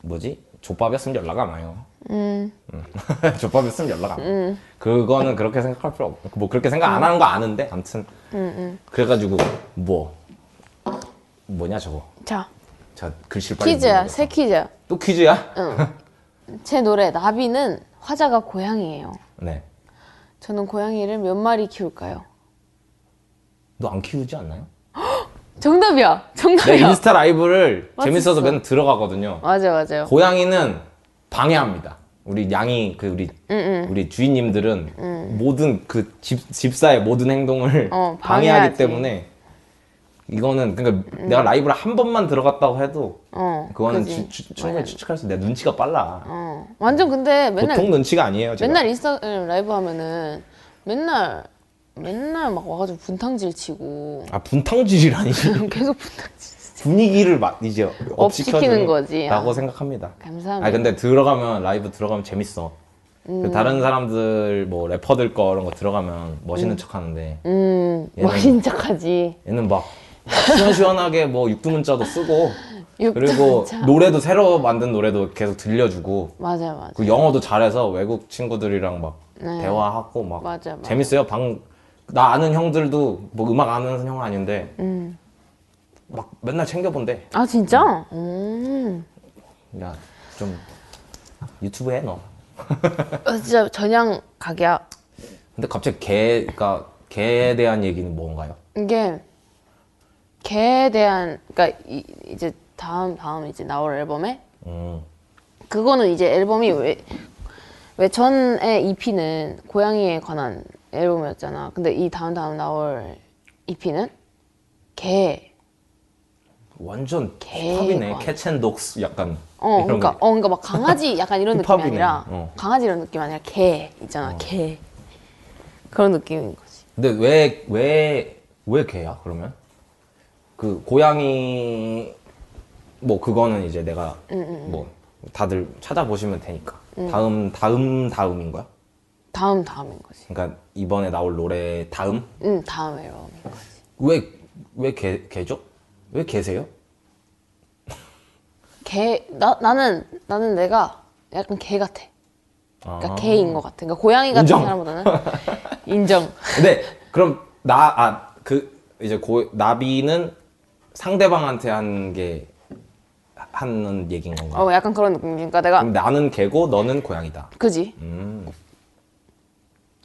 [SPEAKER 4] 뭐지? 족밥이었으면 연락 안 와요. 음. 족밥이었으면 연락 안 와.
[SPEAKER 3] 음.
[SPEAKER 4] 요 그거는 그렇게 생각할 필요 없고 뭐 그렇게 생각 안 하는 거 아는데 아무튼
[SPEAKER 3] 음,
[SPEAKER 4] 그래가지고 뭐 뭐냐 저거
[SPEAKER 3] 자,
[SPEAKER 4] 자 글씨를 빨리
[SPEAKER 3] 퀴즈야,
[SPEAKER 4] 읽어보자.
[SPEAKER 3] 새 퀴즈야.
[SPEAKER 4] 또 퀴즈야?
[SPEAKER 3] 제 노래 나비는 화자가 고양이에요.
[SPEAKER 4] 네.
[SPEAKER 3] 저는 고양이를 몇 마리 키울까요?
[SPEAKER 4] 너 안 키우지 않나요?
[SPEAKER 3] 정답이야,
[SPEAKER 4] 내
[SPEAKER 3] 정답이야.
[SPEAKER 4] 인스타 라이브를
[SPEAKER 3] 맞았어.
[SPEAKER 4] 재밌어서 맨날 들어가거든요.
[SPEAKER 3] 맞아, 맞아요.
[SPEAKER 4] 고양이는 방해합니다. 우리 양이 그 우리 우리 주인님들은 모든 그 집, 집사의 모든 행동을
[SPEAKER 3] 어,
[SPEAKER 4] 방해하기
[SPEAKER 3] 방해하지.
[SPEAKER 4] 때문에 이거는 그러니까 내가 라이브를 한 번만 들어갔다고 해도
[SPEAKER 3] 어.
[SPEAKER 4] 그거는
[SPEAKER 3] 그지.
[SPEAKER 4] 추- 추- 충분히 추측할 수 있어. 내 눈치가 빨라.
[SPEAKER 3] 어. 완전 근데 맨날
[SPEAKER 4] 보통 눈치가 아니에요. 제가.
[SPEAKER 3] 맨날 인스타그램 라이브 하면은 맨날 맨날 막 와가지고 분탕질 치고
[SPEAKER 4] 아 분탕질이라니
[SPEAKER 3] 계속 분탕질.
[SPEAKER 4] 분위기를 막 이제
[SPEAKER 3] 업 시키는
[SPEAKER 4] 업시켜주는
[SPEAKER 3] 거지.
[SPEAKER 4] 라고
[SPEAKER 3] 아.
[SPEAKER 4] 생각합니다.
[SPEAKER 3] 감사합니다.
[SPEAKER 4] 아 근데 들어가면 라이브 들어가면 재밌어.
[SPEAKER 3] 음.
[SPEAKER 4] 그 다른 사람들 뭐 래퍼들 거 이런 거 들어가면 멋있는 척하는데
[SPEAKER 3] 음
[SPEAKER 4] 얘는-
[SPEAKER 3] 멋있는 척하지.
[SPEAKER 4] 얘는 막 시원시원하게 뭐 육두문자도 쓰고 그리고
[SPEAKER 3] 육두문자.
[SPEAKER 4] 노래도 새로 만든 노래도 계속 들려주고
[SPEAKER 3] 맞아요, 맞아요.
[SPEAKER 4] 그 영어도 잘해서 외국 친구들이랑 막
[SPEAKER 3] 네.
[SPEAKER 4] 대화하고 막
[SPEAKER 3] 맞아, 맞아.
[SPEAKER 4] 재밌어요. 방 나 아는 형들도 뭐 음악 아는 형은 아닌데
[SPEAKER 3] 음.
[SPEAKER 4] 막 맨날 챙겨본대.
[SPEAKER 3] 아 진짜? 음.
[SPEAKER 4] 야 좀 유튜브 해 너.
[SPEAKER 3] 아, 진짜 전향 각이야.
[SPEAKER 4] 근데 갑자기 개, 그러니까 개에 대한 얘기는 뭔가요?
[SPEAKER 3] 이게 개에 대한 그러니까 이, 이제 다음 다음 이제 나올 앨범에
[SPEAKER 4] 음,
[SPEAKER 3] 그거는 이제 앨범이 왜, 왜 전의 EP는 고양이에 관한 앨범이었잖아. 근데 이 다음 다음 나올 E EP는 개.
[SPEAKER 4] 완전
[SPEAKER 3] 개
[SPEAKER 4] 힙합이네.
[SPEAKER 3] 관-
[SPEAKER 4] 캐첸독스 약간
[SPEAKER 3] 어,
[SPEAKER 4] 이런
[SPEAKER 3] 그러니까
[SPEAKER 4] 거.
[SPEAKER 3] 어, 그러니까 막 강아지 약간 이런 느낌이
[SPEAKER 4] 힙합이네.
[SPEAKER 3] 아니라
[SPEAKER 4] 어.
[SPEAKER 3] 강아지 이런 느낌 아니라 개 있잖아. 개. 그런 느낌인 거지.
[SPEAKER 4] 근데 왜, 왜, 왜 개야, 그러면? 그, 고양이, 뭐, 그거는 이제 내가,
[SPEAKER 3] 음,
[SPEAKER 4] 뭐, 다들 찾아보시면 되니까. 다음, 다음, 다음인 거야?
[SPEAKER 3] 다음 다음인 거지.
[SPEAKER 4] 그러니까 이번에 나올 노래 다음?
[SPEAKER 3] 응, 다음 앨범인 거지.
[SPEAKER 4] 왜, 왜 개, 개죠? 왜 개세요?
[SPEAKER 3] 개, 나, 나는, 나는 내가 약간 개 같아. 그러니까
[SPEAKER 4] 아.
[SPEAKER 3] 개인 것 같아. 그러니까 고양이 같은
[SPEAKER 4] 인정.
[SPEAKER 3] 사람보다는 인정.
[SPEAKER 4] 근데 그럼 나 아 그 이제 고 나비는 상대방한테 한 게 하는 얘기인 건가?
[SPEAKER 3] 어, 약간 그런 느낌이니까 내가
[SPEAKER 4] 그럼 나는 개고 너는 고양이다.
[SPEAKER 3] 그지?
[SPEAKER 4] 음.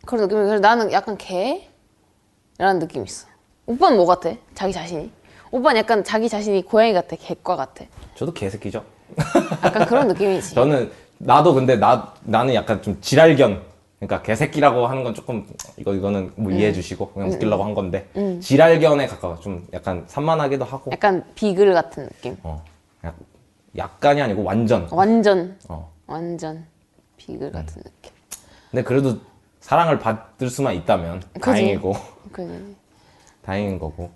[SPEAKER 3] 그런 느낌이 그래서 나는 약간 개? 라는 느낌이 있어 오빠는 뭐 같아? 자기 자신이? 오빠는 약간 자기 자신이 고양이 같아 개과 같아
[SPEAKER 4] 저도 개새끼죠.
[SPEAKER 3] 약간 그런 느낌이지
[SPEAKER 4] 저는 나도 근데 나 나는 약간 좀 지랄견. 그러니까 개새끼라고 하는 건 조금 이거 이거는
[SPEAKER 3] 음.
[SPEAKER 4] 뭐 이해해 주시고 그냥 웃기려고 한 건데 지랄견에 가까워. 좀 약간 산만하기도 하고.
[SPEAKER 3] 약간 비글 같은 느낌
[SPEAKER 4] 어. 약, 약간이 아니고 완전.
[SPEAKER 3] 완전
[SPEAKER 4] 어. 음.
[SPEAKER 3] 완전 비글 같은 느낌
[SPEAKER 4] 근데 그래도 사랑을 받을 수만 있다면 다행이고
[SPEAKER 3] 그지?
[SPEAKER 4] 다행인 거고.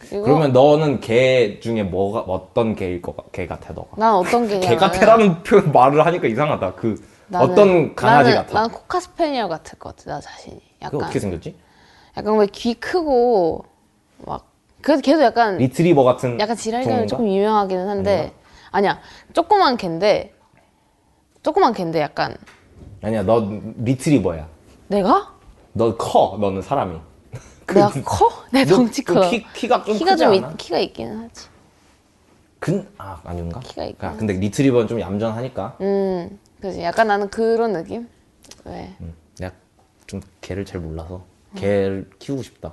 [SPEAKER 3] 그리고
[SPEAKER 4] 그러면 너는 개 중에 뭐가 어떤 개일 거, 개 같아 너가?
[SPEAKER 3] 난 어떤 개냐
[SPEAKER 4] 개 같아라는 표현 말을 하니까 이상하다. 그 어떤 강아지 같아?
[SPEAKER 3] 나는 코카스페니얼 같을 것 같아 나 자신이
[SPEAKER 4] 그거
[SPEAKER 3] 약간
[SPEAKER 4] 어떻게 생겼지?
[SPEAKER 3] 약간 왜 귀 크고 막 그래도 걔도 약간
[SPEAKER 4] 리트리버 같은
[SPEAKER 3] 약간 지랄견이
[SPEAKER 4] 종인가?
[SPEAKER 3] 조금 유명하기는 한데 아니야 조그만 갠데 조그만 갠데 약간
[SPEAKER 4] 아니야 너 리트리버야.
[SPEAKER 3] 내가
[SPEAKER 4] 너 커 너는 사람이.
[SPEAKER 3] 내가 커? 내
[SPEAKER 4] 너-
[SPEAKER 3] 덩치
[SPEAKER 4] 너
[SPEAKER 3] 커
[SPEAKER 4] 그 키, 키가 좀
[SPEAKER 3] 키가
[SPEAKER 4] 크지
[SPEAKER 3] 좀 있-
[SPEAKER 4] 않아?
[SPEAKER 3] 키가 있기는 하지
[SPEAKER 4] 근아 아닌가?
[SPEAKER 3] 키가 있긴
[SPEAKER 4] 아, 근데 리트리버는 좀 얌전하니까.
[SPEAKER 3] 음 그지 약간 나는 그런 느낌 왜
[SPEAKER 4] 음, 내가 좀 개를 잘 몰라서 개를 키우고 싶다.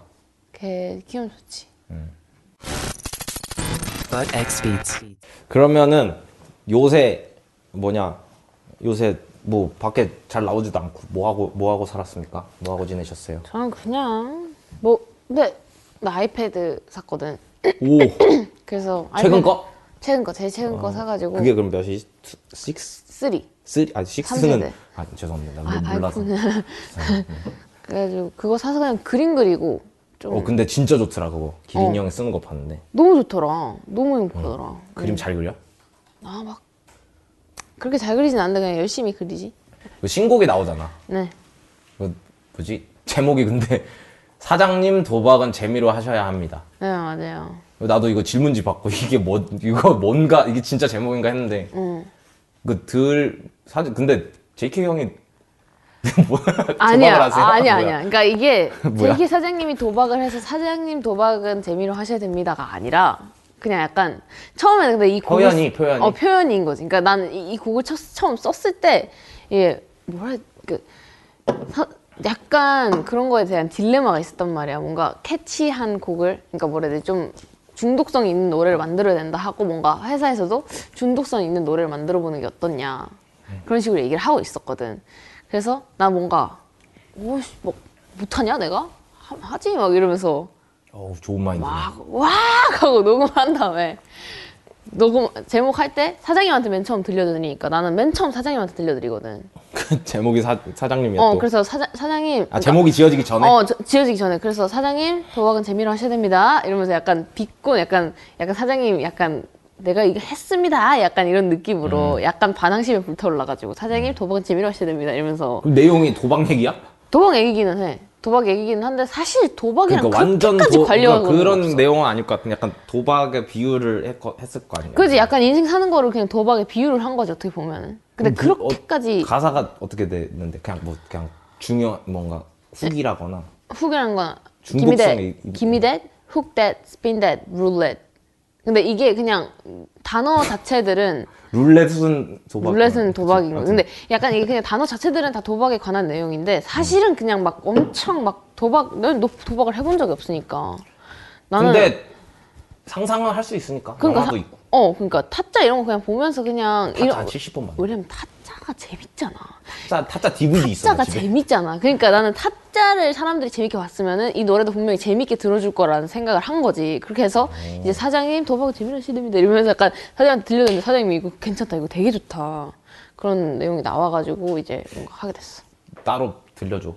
[SPEAKER 3] 개 키우면 좋지
[SPEAKER 1] Butt X Beats.
[SPEAKER 4] 그러면은 요새 뭐냐 요새 뭐 밖에 잘 나오지도 않고 뭐 하고 뭐 하고 살았습니까? 뭐 하고 지내셨어요?
[SPEAKER 3] 저는 그냥 뭐 근데 나 아이패드 샀거든
[SPEAKER 4] 오
[SPEAKER 3] 그래서
[SPEAKER 4] 최근
[SPEAKER 3] 아이패드-
[SPEAKER 4] 거? 어,
[SPEAKER 3] 최근 거 제일 최근 거 사가지고
[SPEAKER 4] 그게 그럼 몇이? 6?
[SPEAKER 3] 3
[SPEAKER 4] 3? 아 6는
[SPEAKER 3] 삼세대.
[SPEAKER 4] 아 죄송합니다
[SPEAKER 3] 아,
[SPEAKER 4] 나 몰라서 어,
[SPEAKER 3] 그래가지고 그거 사서 그냥 그림 그리고 좀
[SPEAKER 4] 어 근데 진짜 좋더라 그거 기린
[SPEAKER 3] 어.
[SPEAKER 4] 형이 쓰는 거 봤는데
[SPEAKER 3] 너무 좋더라 너무 행복하더라
[SPEAKER 4] 어, 그림 잘 그려?
[SPEAKER 3] 아 막 그렇게 잘 그리진 않는데 그냥 열심히 그리지.
[SPEAKER 4] 그 신곡이 나오잖아
[SPEAKER 3] 네.
[SPEAKER 4] 그 뭐지? 제목이 근데 사장님 도박은 재미로 하셔야 합니다
[SPEAKER 3] 네 맞아요.
[SPEAKER 4] 나도 이거 질문지 받고 이게 뭐 이거 뭔가 이게 진짜 제목인가 했는데
[SPEAKER 3] 응.
[SPEAKER 4] 그들 사실 근데 JK 형이 뭐야
[SPEAKER 3] 아니야
[SPEAKER 4] 도박을 하세요?
[SPEAKER 3] 아, 아니야
[SPEAKER 4] 뭐야?
[SPEAKER 3] 아니야. 그러니까 이게
[SPEAKER 4] 뭐야?
[SPEAKER 3] 제기 사장님이 도박을 해서 사장님 도박은 재미로 하셔야 됩니다가 아니라 그냥 약간 처음에는 근데 이 곡을
[SPEAKER 4] 표현이,
[SPEAKER 3] 쓰-
[SPEAKER 4] 표현이.
[SPEAKER 3] 어 표현인 거지. 그러니까 나는 이, 이 곡을 첫, 처음 썼을 때예 뭐라 해야- 그 사- 약간 그런 거에 대한 딜레마가 있었단 말이야. 뭔가 캐치한 곡을, 그러니까 뭐라 해야 되지? 좀 중독성 있는 노래를 만들어야 된다 하고 뭔가 회사에서도 중독성 있는 노래를 만들어 보는 게 어떻냐.
[SPEAKER 4] 네.
[SPEAKER 3] 그런 식으로 얘기를 하고 있었거든. 그래서 나 뭔가, 오씨, 뭐, 못하냐, 내가? 하- 하지? 막 이러면서
[SPEAKER 4] 어우 좋은 마인드.
[SPEAKER 3] 막와 하고 녹음한 다음에 녹음 제목 할 때 사장님한테 맨 처음 들려드리니까 나는 맨 처음 사장님한테 들려드리거든.
[SPEAKER 4] 그 제목이 사, 사장님이야
[SPEAKER 3] 어
[SPEAKER 4] 또.
[SPEAKER 3] 그래서 사장 사장님
[SPEAKER 4] 아 제목이 지어지기 전에.
[SPEAKER 3] 어 저- 지어지기 전에 그래서 사장님 도박은 재미로 하셔야 됩니다 이러면서 약간 비꼰 약간 약간 사장님 약간 내가 이거 했습니다 약간 이런 느낌으로
[SPEAKER 4] 음.
[SPEAKER 3] 약간 반항심이 불타올라가지고 사장님 도박은 재미로 하셔야 됩니다 이러면서
[SPEAKER 4] 그럼 내용이 도박 얘기야?
[SPEAKER 3] 도박 얘기기는 해 도박 얘기기는 한데 사실 도박이랑
[SPEAKER 4] 그러니까
[SPEAKER 3] 그렇
[SPEAKER 4] 완전
[SPEAKER 3] 게까지
[SPEAKER 4] 도,
[SPEAKER 3] 관련한
[SPEAKER 4] 그러니까
[SPEAKER 3] 건
[SPEAKER 4] 그런
[SPEAKER 3] 없어.
[SPEAKER 4] 내용은 아닐 것 같은데 약간 도박의 비유를 했, 거- 했을 거 아니야.
[SPEAKER 3] 그지 약간 인생 사는 거를 그냥 도박에 비유를 한 거지 어떻게 보면은 근데
[SPEAKER 4] 그- 어,
[SPEAKER 3] 그렇게까지
[SPEAKER 4] 가사가 어떻게 되는데 그냥 뭐 그냥 중요한 뭔가 후기라거나
[SPEAKER 3] 훅이라는 건
[SPEAKER 4] 중독성이
[SPEAKER 3] 기미대,
[SPEAKER 4] 있-
[SPEAKER 3] 기미대, 훅대, 스핀대, 룰렛. 근데 이게 그냥 단어 자체들은
[SPEAKER 4] 룰렛은 도박.
[SPEAKER 3] 룰렛은 도박인 거.
[SPEAKER 4] 거.
[SPEAKER 3] 근데 약간 이게 그냥 단어 자체들은 다 도박에 관한 내용인데 사실은 그냥 막 엄청 막 도박, 넌 너 도박을 해본 적이 없으니까. 나는
[SPEAKER 4] 근데 상상은 할 수 있으니까.
[SPEAKER 3] 아, 네. 그러니까
[SPEAKER 4] 영화도
[SPEAKER 3] 사-
[SPEAKER 4] 있고.
[SPEAKER 3] 어, 그러니까 타짜 이런 거 그냥 보면서 그냥
[SPEAKER 4] 타짜
[SPEAKER 3] 이런
[SPEAKER 4] 한 70번 봤네.
[SPEAKER 3] 왜냐면 타짜가 재밌잖아.
[SPEAKER 4] 타짜, 타짜 DVD 있어.
[SPEAKER 3] 타짜가
[SPEAKER 4] 나 집에.
[SPEAKER 3] 재밌잖아. 그러니까 나는 타짜를 사람들이 재밌게 봤으면은 이 노래도 분명히 재밌게 들어줄 거라는 생각을 한 거지. 그렇게 해서
[SPEAKER 4] 어.
[SPEAKER 3] 이제 사장님 도박은 재미난 시대입니다 이러면서 약간 사장님한테 들려줬는데 사장님이 이거 괜찮다. 이거 되게 좋다. 그런 내용이 나와가지고 이제 뭔가 하게 됐어.
[SPEAKER 4] 따로 들려줘.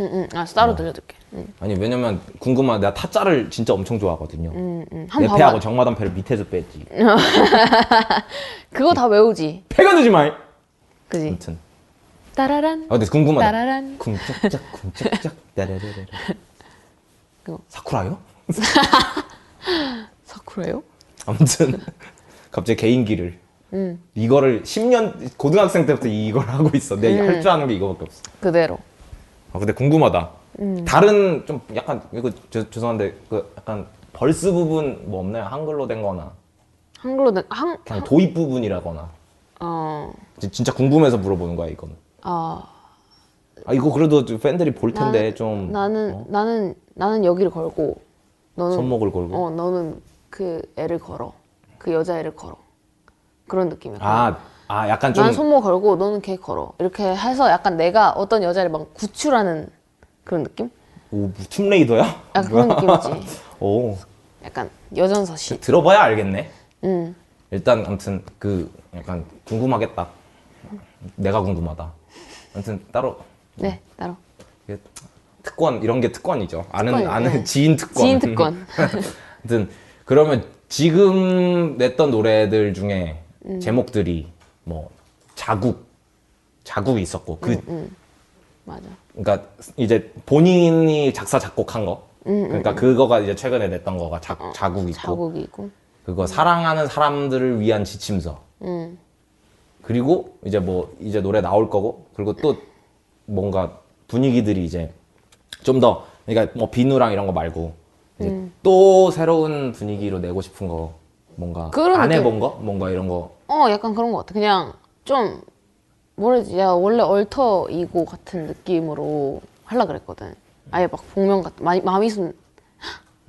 [SPEAKER 3] 응, 응. 알았어. 따로 들려줄게. 응,
[SPEAKER 4] 아니 왜냐면 궁금한 내가 타짜를 진짜 엄청 좋아하거든요.
[SPEAKER 3] 응. 음, 한번 봐봐.
[SPEAKER 4] 내패하고 정마담패를 밑에서 뺐지.
[SPEAKER 3] 그거 다 외우지.
[SPEAKER 4] 패가 되지 마이.
[SPEAKER 3] 그지?
[SPEAKER 4] 아무튼.
[SPEAKER 3] 따라란.
[SPEAKER 4] 아 근데 궁금하다.
[SPEAKER 3] 따라란.
[SPEAKER 4] 쿵짝짝 쿵짝짝 따라라라.
[SPEAKER 3] 그거.
[SPEAKER 4] 사쿠라요?
[SPEAKER 3] 사쿠라요?
[SPEAKER 4] 아무튼 갑자기 개인기를.
[SPEAKER 3] 음.
[SPEAKER 4] 이거를 10년 고등학생 때부터 이걸 하고 있어. 내가
[SPEAKER 3] 음.
[SPEAKER 4] 할 줄 아는 게 이거밖에 없어.
[SPEAKER 3] 그대로.
[SPEAKER 4] 아 근데 궁금하다.
[SPEAKER 3] 음.
[SPEAKER 4] 다른 좀 약간 이거 죄- 죄송한데 그 약간 벌스 부분 뭐 없나요? 한글로 된거나
[SPEAKER 3] 한글로 된, 한,
[SPEAKER 4] 그냥 도입 부분이라거나
[SPEAKER 3] 어,
[SPEAKER 4] 지- 진짜 궁금해서 물어보는 거야 이거는.
[SPEAKER 3] 아.
[SPEAKER 4] 아 이거 그래도 좀 팬들이 볼 텐데
[SPEAKER 3] 나는-
[SPEAKER 4] 좀
[SPEAKER 3] 나는
[SPEAKER 4] 어?
[SPEAKER 3] 나는 나는 여기를 걸고 너는
[SPEAKER 4] 손목을 걸고.
[SPEAKER 3] 어 너는 그 애를 걸어 그 여자 애를 걸어 그런 느낌이야.
[SPEAKER 4] 아, 아 약간 좀
[SPEAKER 3] 나는 손목 걸고 너는 걔 걸어 이렇게 해서 약간 내가 어떤 여자를 막 구출하는 그런 느낌?
[SPEAKER 4] 오, 뭐 툼레이더야?
[SPEAKER 3] 약간 아, 그런 느낌이지.
[SPEAKER 4] 오
[SPEAKER 3] 약간 여전서시.
[SPEAKER 4] 들어봐야 알겠네.
[SPEAKER 3] 음.
[SPEAKER 4] 일단 아무튼 그 약간 궁금하겠다. 내가 궁금하다. 아무튼 따로
[SPEAKER 3] 네 따로.
[SPEAKER 4] 이게 특권 이런 게 특권이죠. 아는
[SPEAKER 3] 특권이네.
[SPEAKER 4] 아는 지인 특권.
[SPEAKER 3] 지인 특권.
[SPEAKER 4] 아무튼 그러면 지금 냈던 노래들 중에
[SPEAKER 3] 음.
[SPEAKER 4] 제목들이 뭐 자국 자국이 있었고
[SPEAKER 3] 음,
[SPEAKER 4] 그
[SPEAKER 3] 맞아.
[SPEAKER 4] 그러니까 이제 본인이 작사 작곡한 거.
[SPEAKER 3] 음,
[SPEAKER 4] 그러니까 그거가 이제 최근에 냈던 거가 자, 자국 있고
[SPEAKER 3] 어, 자국이 있고.
[SPEAKER 4] 그거 사랑하는 사람들을 위한 지침서.
[SPEAKER 3] 음.
[SPEAKER 4] 그리고 이제 뭐 이제 노래 나올 거고 그리고 또 뭔가 분위기들이 이제 좀 더 그러니까 뭐 비누랑 이런 거 말고 이제
[SPEAKER 3] 음.
[SPEAKER 4] 또 새로운 분위기로 내고 싶은 거 뭔가
[SPEAKER 3] 그런
[SPEAKER 4] 안
[SPEAKER 3] 느낌.
[SPEAKER 4] 해본 거 뭔가 이런 거
[SPEAKER 3] 어 약간 그런 것 같아. 그냥 좀 뭐라지? 야 원래 얼터이고 같은 느낌으로 하려 그랬거든. 아예 막 복면 같은 마, 마미순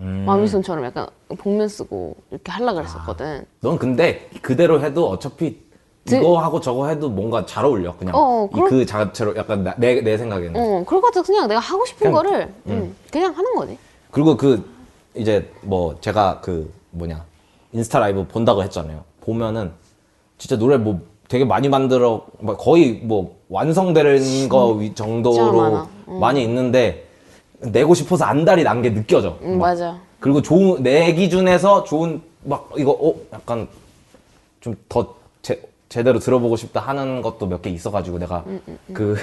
[SPEAKER 4] 음.
[SPEAKER 3] 마미순처럼 약간 복면 쓰고 이렇게 하려 그랬었거든.
[SPEAKER 4] 넌 근데 그대로 해도 어차피
[SPEAKER 3] 드-
[SPEAKER 4] 이거 하고 저거 해도 뭔가 잘 어울려 그냥
[SPEAKER 3] 어,
[SPEAKER 4] 이
[SPEAKER 3] 그럼-
[SPEAKER 4] 그 자체로 약간 나- 내, 내 생각에는
[SPEAKER 3] 어 그럴 것 같아. 그냥 내가 하고 싶은
[SPEAKER 4] 그냥-
[SPEAKER 3] 거를 음, 그냥 하는 거지.
[SPEAKER 4] 그리고 그 이제 뭐 제가 그 뭐냐 인스타 라이브 본다고 했잖아요. 보면은 진짜 노래 뭐 되게 많이 만들어 막 거의 뭐 완성되는 거 위- 정도로
[SPEAKER 3] 많아. 어.
[SPEAKER 4] 많이 있는데 내고 싶어서 안달이 난 게 느껴져.
[SPEAKER 3] 음,
[SPEAKER 4] 막.
[SPEAKER 3] 맞아.
[SPEAKER 4] 그리고 좋은 내 기준에서 좋은 막 이거 어 약간 좀 더 제대로 들어보고 싶다 하는 것도 몇 개 있어가지고 내가
[SPEAKER 3] 음,
[SPEAKER 4] 그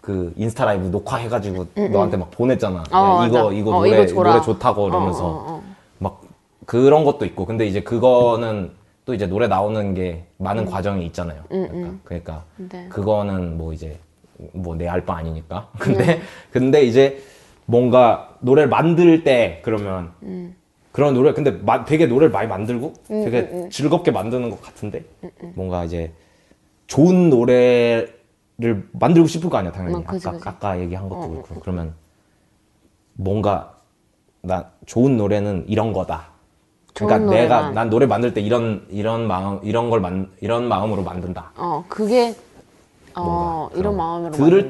[SPEAKER 4] 그 인스타 라이브 녹화해가지고 너한테 막 보냈잖아.
[SPEAKER 3] 음. 어,
[SPEAKER 4] 야, 이거
[SPEAKER 3] 맞아.
[SPEAKER 4] 이거
[SPEAKER 3] 어,
[SPEAKER 4] 노래
[SPEAKER 3] 이거 줘라.
[SPEAKER 4] 노래 좋다고 이러면서
[SPEAKER 3] 어, 어, 어.
[SPEAKER 4] 막 그런 것도 있고 근데 이제 그거는 또 이제 노래 나오는 게 많은 과정이 있잖아요. 그러니까, 그러니까
[SPEAKER 3] 음. 네.
[SPEAKER 4] 그거는 뭐 이제 뭐 내 알 바 아니니까.
[SPEAKER 3] 네.
[SPEAKER 4] 근데 근데 이제 뭔가 노래를 만들 때 그러면
[SPEAKER 3] 음.
[SPEAKER 4] 그런 노래 근데 마- 되게 노래를 많이 만들고 되게
[SPEAKER 3] 음,
[SPEAKER 4] 즐겁게 만드는 것 같은데 뭔가 이제 좋은 노래를 만들고 싶을 거 아니야 당연히
[SPEAKER 3] 음, 그지,
[SPEAKER 4] 아까
[SPEAKER 3] 그지. 어,
[SPEAKER 4] 아까 얘기한 것도 그렇고 그러면 뭔가 나 좋은 노래는 이런 거다. 그러니까
[SPEAKER 3] 좋은
[SPEAKER 4] 내가
[SPEAKER 3] 노래만.
[SPEAKER 4] 난 노래 만들 때 이런 이런 마음 이런 걸 만, 이런 마음으로 만든다.
[SPEAKER 3] 어 그게 어
[SPEAKER 4] 뭔가
[SPEAKER 3] 이런
[SPEAKER 4] 그런 거.
[SPEAKER 3] 마음으로
[SPEAKER 4] 들을
[SPEAKER 3] 만든다.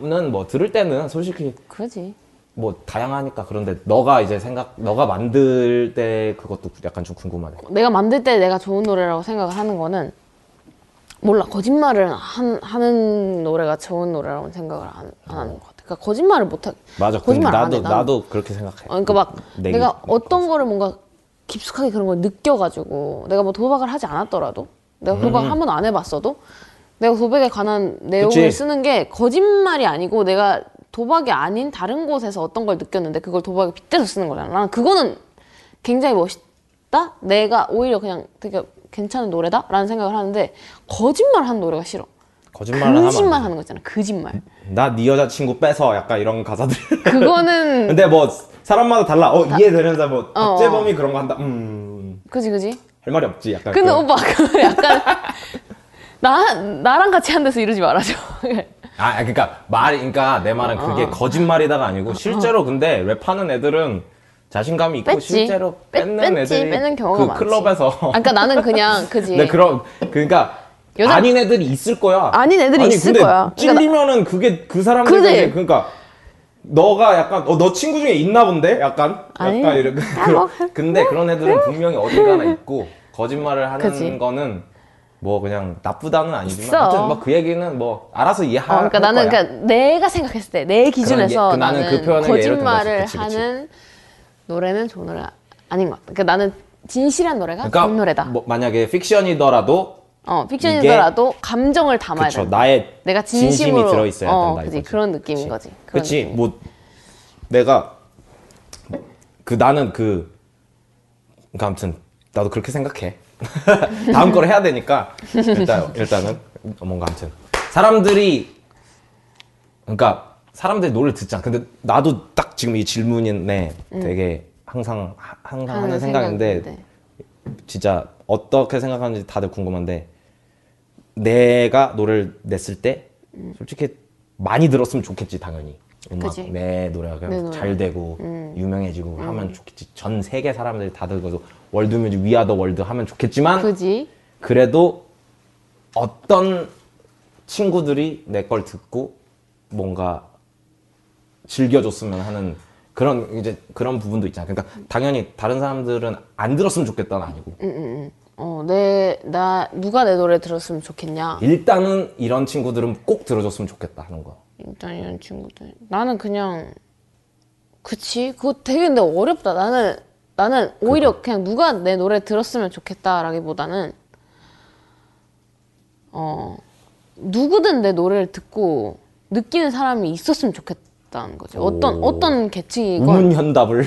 [SPEAKER 4] 때는 뭐 들을 때는 솔직히
[SPEAKER 3] 그러지.
[SPEAKER 4] 뭐 다양하니까 그런데 너가 이제 생각 너가 만들 때 그것도 약간 좀 궁금하네.
[SPEAKER 3] 내가 만들 때 내가 좋은 노래라고 생각을 하는 거는 몰라 거짓말을 한, 하는 노래가 좋은 노래라고 생각을 안, 안 하는 것 같아. 그러니까 거짓말을 못 하.
[SPEAKER 4] 맞아. 근데
[SPEAKER 3] 거짓말 안
[SPEAKER 4] 나도
[SPEAKER 3] 해, 나는.
[SPEAKER 4] 나도 그렇게 생각해.
[SPEAKER 3] 어, 그러니까 막
[SPEAKER 4] 내
[SPEAKER 3] 내가
[SPEAKER 4] 기-
[SPEAKER 3] 어떤 거를 뭔가 깊숙하게 그런 걸 느껴가지고 내가 뭐 도박을 하지 않았더라도 내가 도박 한 번도 안 해봤어도 내가 도박에 관한 내용을
[SPEAKER 4] 음. 그치.
[SPEAKER 3] 쓰는 게 거짓말이 아니고 내가 도박이 아닌 다른 곳에서 어떤 걸 느꼈는데 그걸 도박에 빗대서 쓰는 거잖아. 나는 그거는 굉장히 멋있다. 내가 오히려 그냥 되게 괜찮은 노래다라는 생각을 하는데 거짓말 하는 노래가 싫어.
[SPEAKER 4] 거짓말을 하면
[SPEAKER 3] 근심만
[SPEAKER 4] 안
[SPEAKER 3] 하는 거 있잖아. 거짓말.
[SPEAKER 4] 돼. 나네 여자친구 빼서 약간 이런 가사들.
[SPEAKER 3] 그거는
[SPEAKER 4] 근데 뭐 사람마다 달라. 어 이해되는 사람 뭐
[SPEAKER 3] 어.
[SPEAKER 4] 박재범이 그런 거 한다. 음.
[SPEAKER 3] 그지 그지.
[SPEAKER 4] 할 말이 없지. 약간
[SPEAKER 3] 근데
[SPEAKER 4] 그-
[SPEAKER 3] 오빠 그 약간 나 나랑 같이 한 데서 이러지 말아줘.
[SPEAKER 4] 아, 그러니까 말, 그러니까 내 말은
[SPEAKER 3] 어,
[SPEAKER 4] 그게 거짓말이다가 아니고 실제로 근데 랩하는 애들은 자신감이 있고
[SPEAKER 3] 뺐지.
[SPEAKER 4] 실제로
[SPEAKER 3] 뺐-
[SPEAKER 4] 뺏는
[SPEAKER 3] 뺐지.
[SPEAKER 4] 애들이
[SPEAKER 3] 뺏는 경우가
[SPEAKER 4] 그
[SPEAKER 3] 많지.
[SPEAKER 4] 클럽에서.
[SPEAKER 3] 아, 그러니까 나는 그냥 그지.
[SPEAKER 4] 네, 그럼 그러니까
[SPEAKER 3] 여자-
[SPEAKER 4] 아닌 애들이 있을 거야.
[SPEAKER 3] 아닌 애들이 있을
[SPEAKER 4] 근데
[SPEAKER 3] 거야. 그러니까 나-
[SPEAKER 4] 찔리면은 그게 그 사람들
[SPEAKER 3] 그지.
[SPEAKER 4] 그러니까, 그러니까 너가 약간 어, 너 친구 중에 있나 본데 약간
[SPEAKER 3] 아니,
[SPEAKER 4] 약간 이런
[SPEAKER 3] 뭐. 음.
[SPEAKER 4] 그런 근데 그런 애들은 분명히 어딘가나 있고 거짓말을 하는
[SPEAKER 3] 그지.
[SPEAKER 4] 거는 뭐 그냥 나쁘다는 아니지만
[SPEAKER 3] 있어.
[SPEAKER 4] 하여튼 뭐 그 얘기는 뭐 알아서 이해할
[SPEAKER 3] 어, 그러니까 나는
[SPEAKER 4] 거야.
[SPEAKER 3] 그러니까 내가 생각했을 때 내 기준에서
[SPEAKER 4] 그 나는
[SPEAKER 3] 나는,
[SPEAKER 4] 그 표현을 예로 든 거지.
[SPEAKER 3] 거짓말을
[SPEAKER 4] 그치, 그치.
[SPEAKER 3] 하는 노래는 좋은 노래 아닌 것 같아. 그러니까 나는 진실한 노래가 좋은 노래다.
[SPEAKER 4] 뭐 만약에 픽션이더라도
[SPEAKER 3] 어 픽션이더라도 감정을 담아야
[SPEAKER 4] 그쵸
[SPEAKER 3] 돼.
[SPEAKER 4] 나의
[SPEAKER 3] 내가
[SPEAKER 4] 진심이
[SPEAKER 3] 진심으로
[SPEAKER 4] 들어 있어야
[SPEAKER 3] 어,
[SPEAKER 4] 된다
[SPEAKER 3] 그지.
[SPEAKER 4] 이거지.
[SPEAKER 3] 그런 느낌인 거지. 그런
[SPEAKER 4] 그치
[SPEAKER 3] 느낌.
[SPEAKER 4] 뭐 내가 그 나는 그 그러니까 아무튼 나도 그렇게 생각해 다음 걸 해야 되니까 일단 일단은 뭔가 아무튼 사람들이 그러니까 사람들이 노래를 듣잖아 근데 나도 딱 지금 이 질문에 되게 항상 하- 음. 항상 하는, 생각인데 진짜 어떻게 생각하는지 다들 궁금한데 내가 노래를 냈을 때 솔직히 많이 들었으면 좋겠지 당연히 음악
[SPEAKER 3] 그치.
[SPEAKER 4] 내 노래가 그냥
[SPEAKER 3] 내 노래. 음.
[SPEAKER 4] 잘 되고 유명해지고 하면 좋겠지 전 세계 사람들이 다 들고서 월드뮤직 위아더 월드 하면 좋겠지만
[SPEAKER 3] 그지.
[SPEAKER 4] 그... 래도 어떤 친구들이 내 걸 듣고 뭔가 즐겨줬으면 하는 그런 이제 그런 부분도 있잖아 그러니까 당연히 다른 사람들은 안 들었으면 좋겠다는 아니고
[SPEAKER 3] 어, 어내나 누가 내 노래 들었으면 좋겠냐.
[SPEAKER 4] 일단은 이런 친구들은 꼭 들어줬으면 좋겠다 하는 거.
[SPEAKER 3] 일단 이런 친구들 나는 그냥 그치 그거 되게 근데 어렵다 나는
[SPEAKER 4] 그러니까.
[SPEAKER 3] 나는 오히려 그냥 누가 내 노래 들었으면 좋겠다라기보다는 어 누구든 내 노래를 듣고 느끼는 사람이 있었으면 좋겠다는 거지 어떤
[SPEAKER 4] 오.
[SPEAKER 3] 어떤 계층이건
[SPEAKER 4] 우문 현답을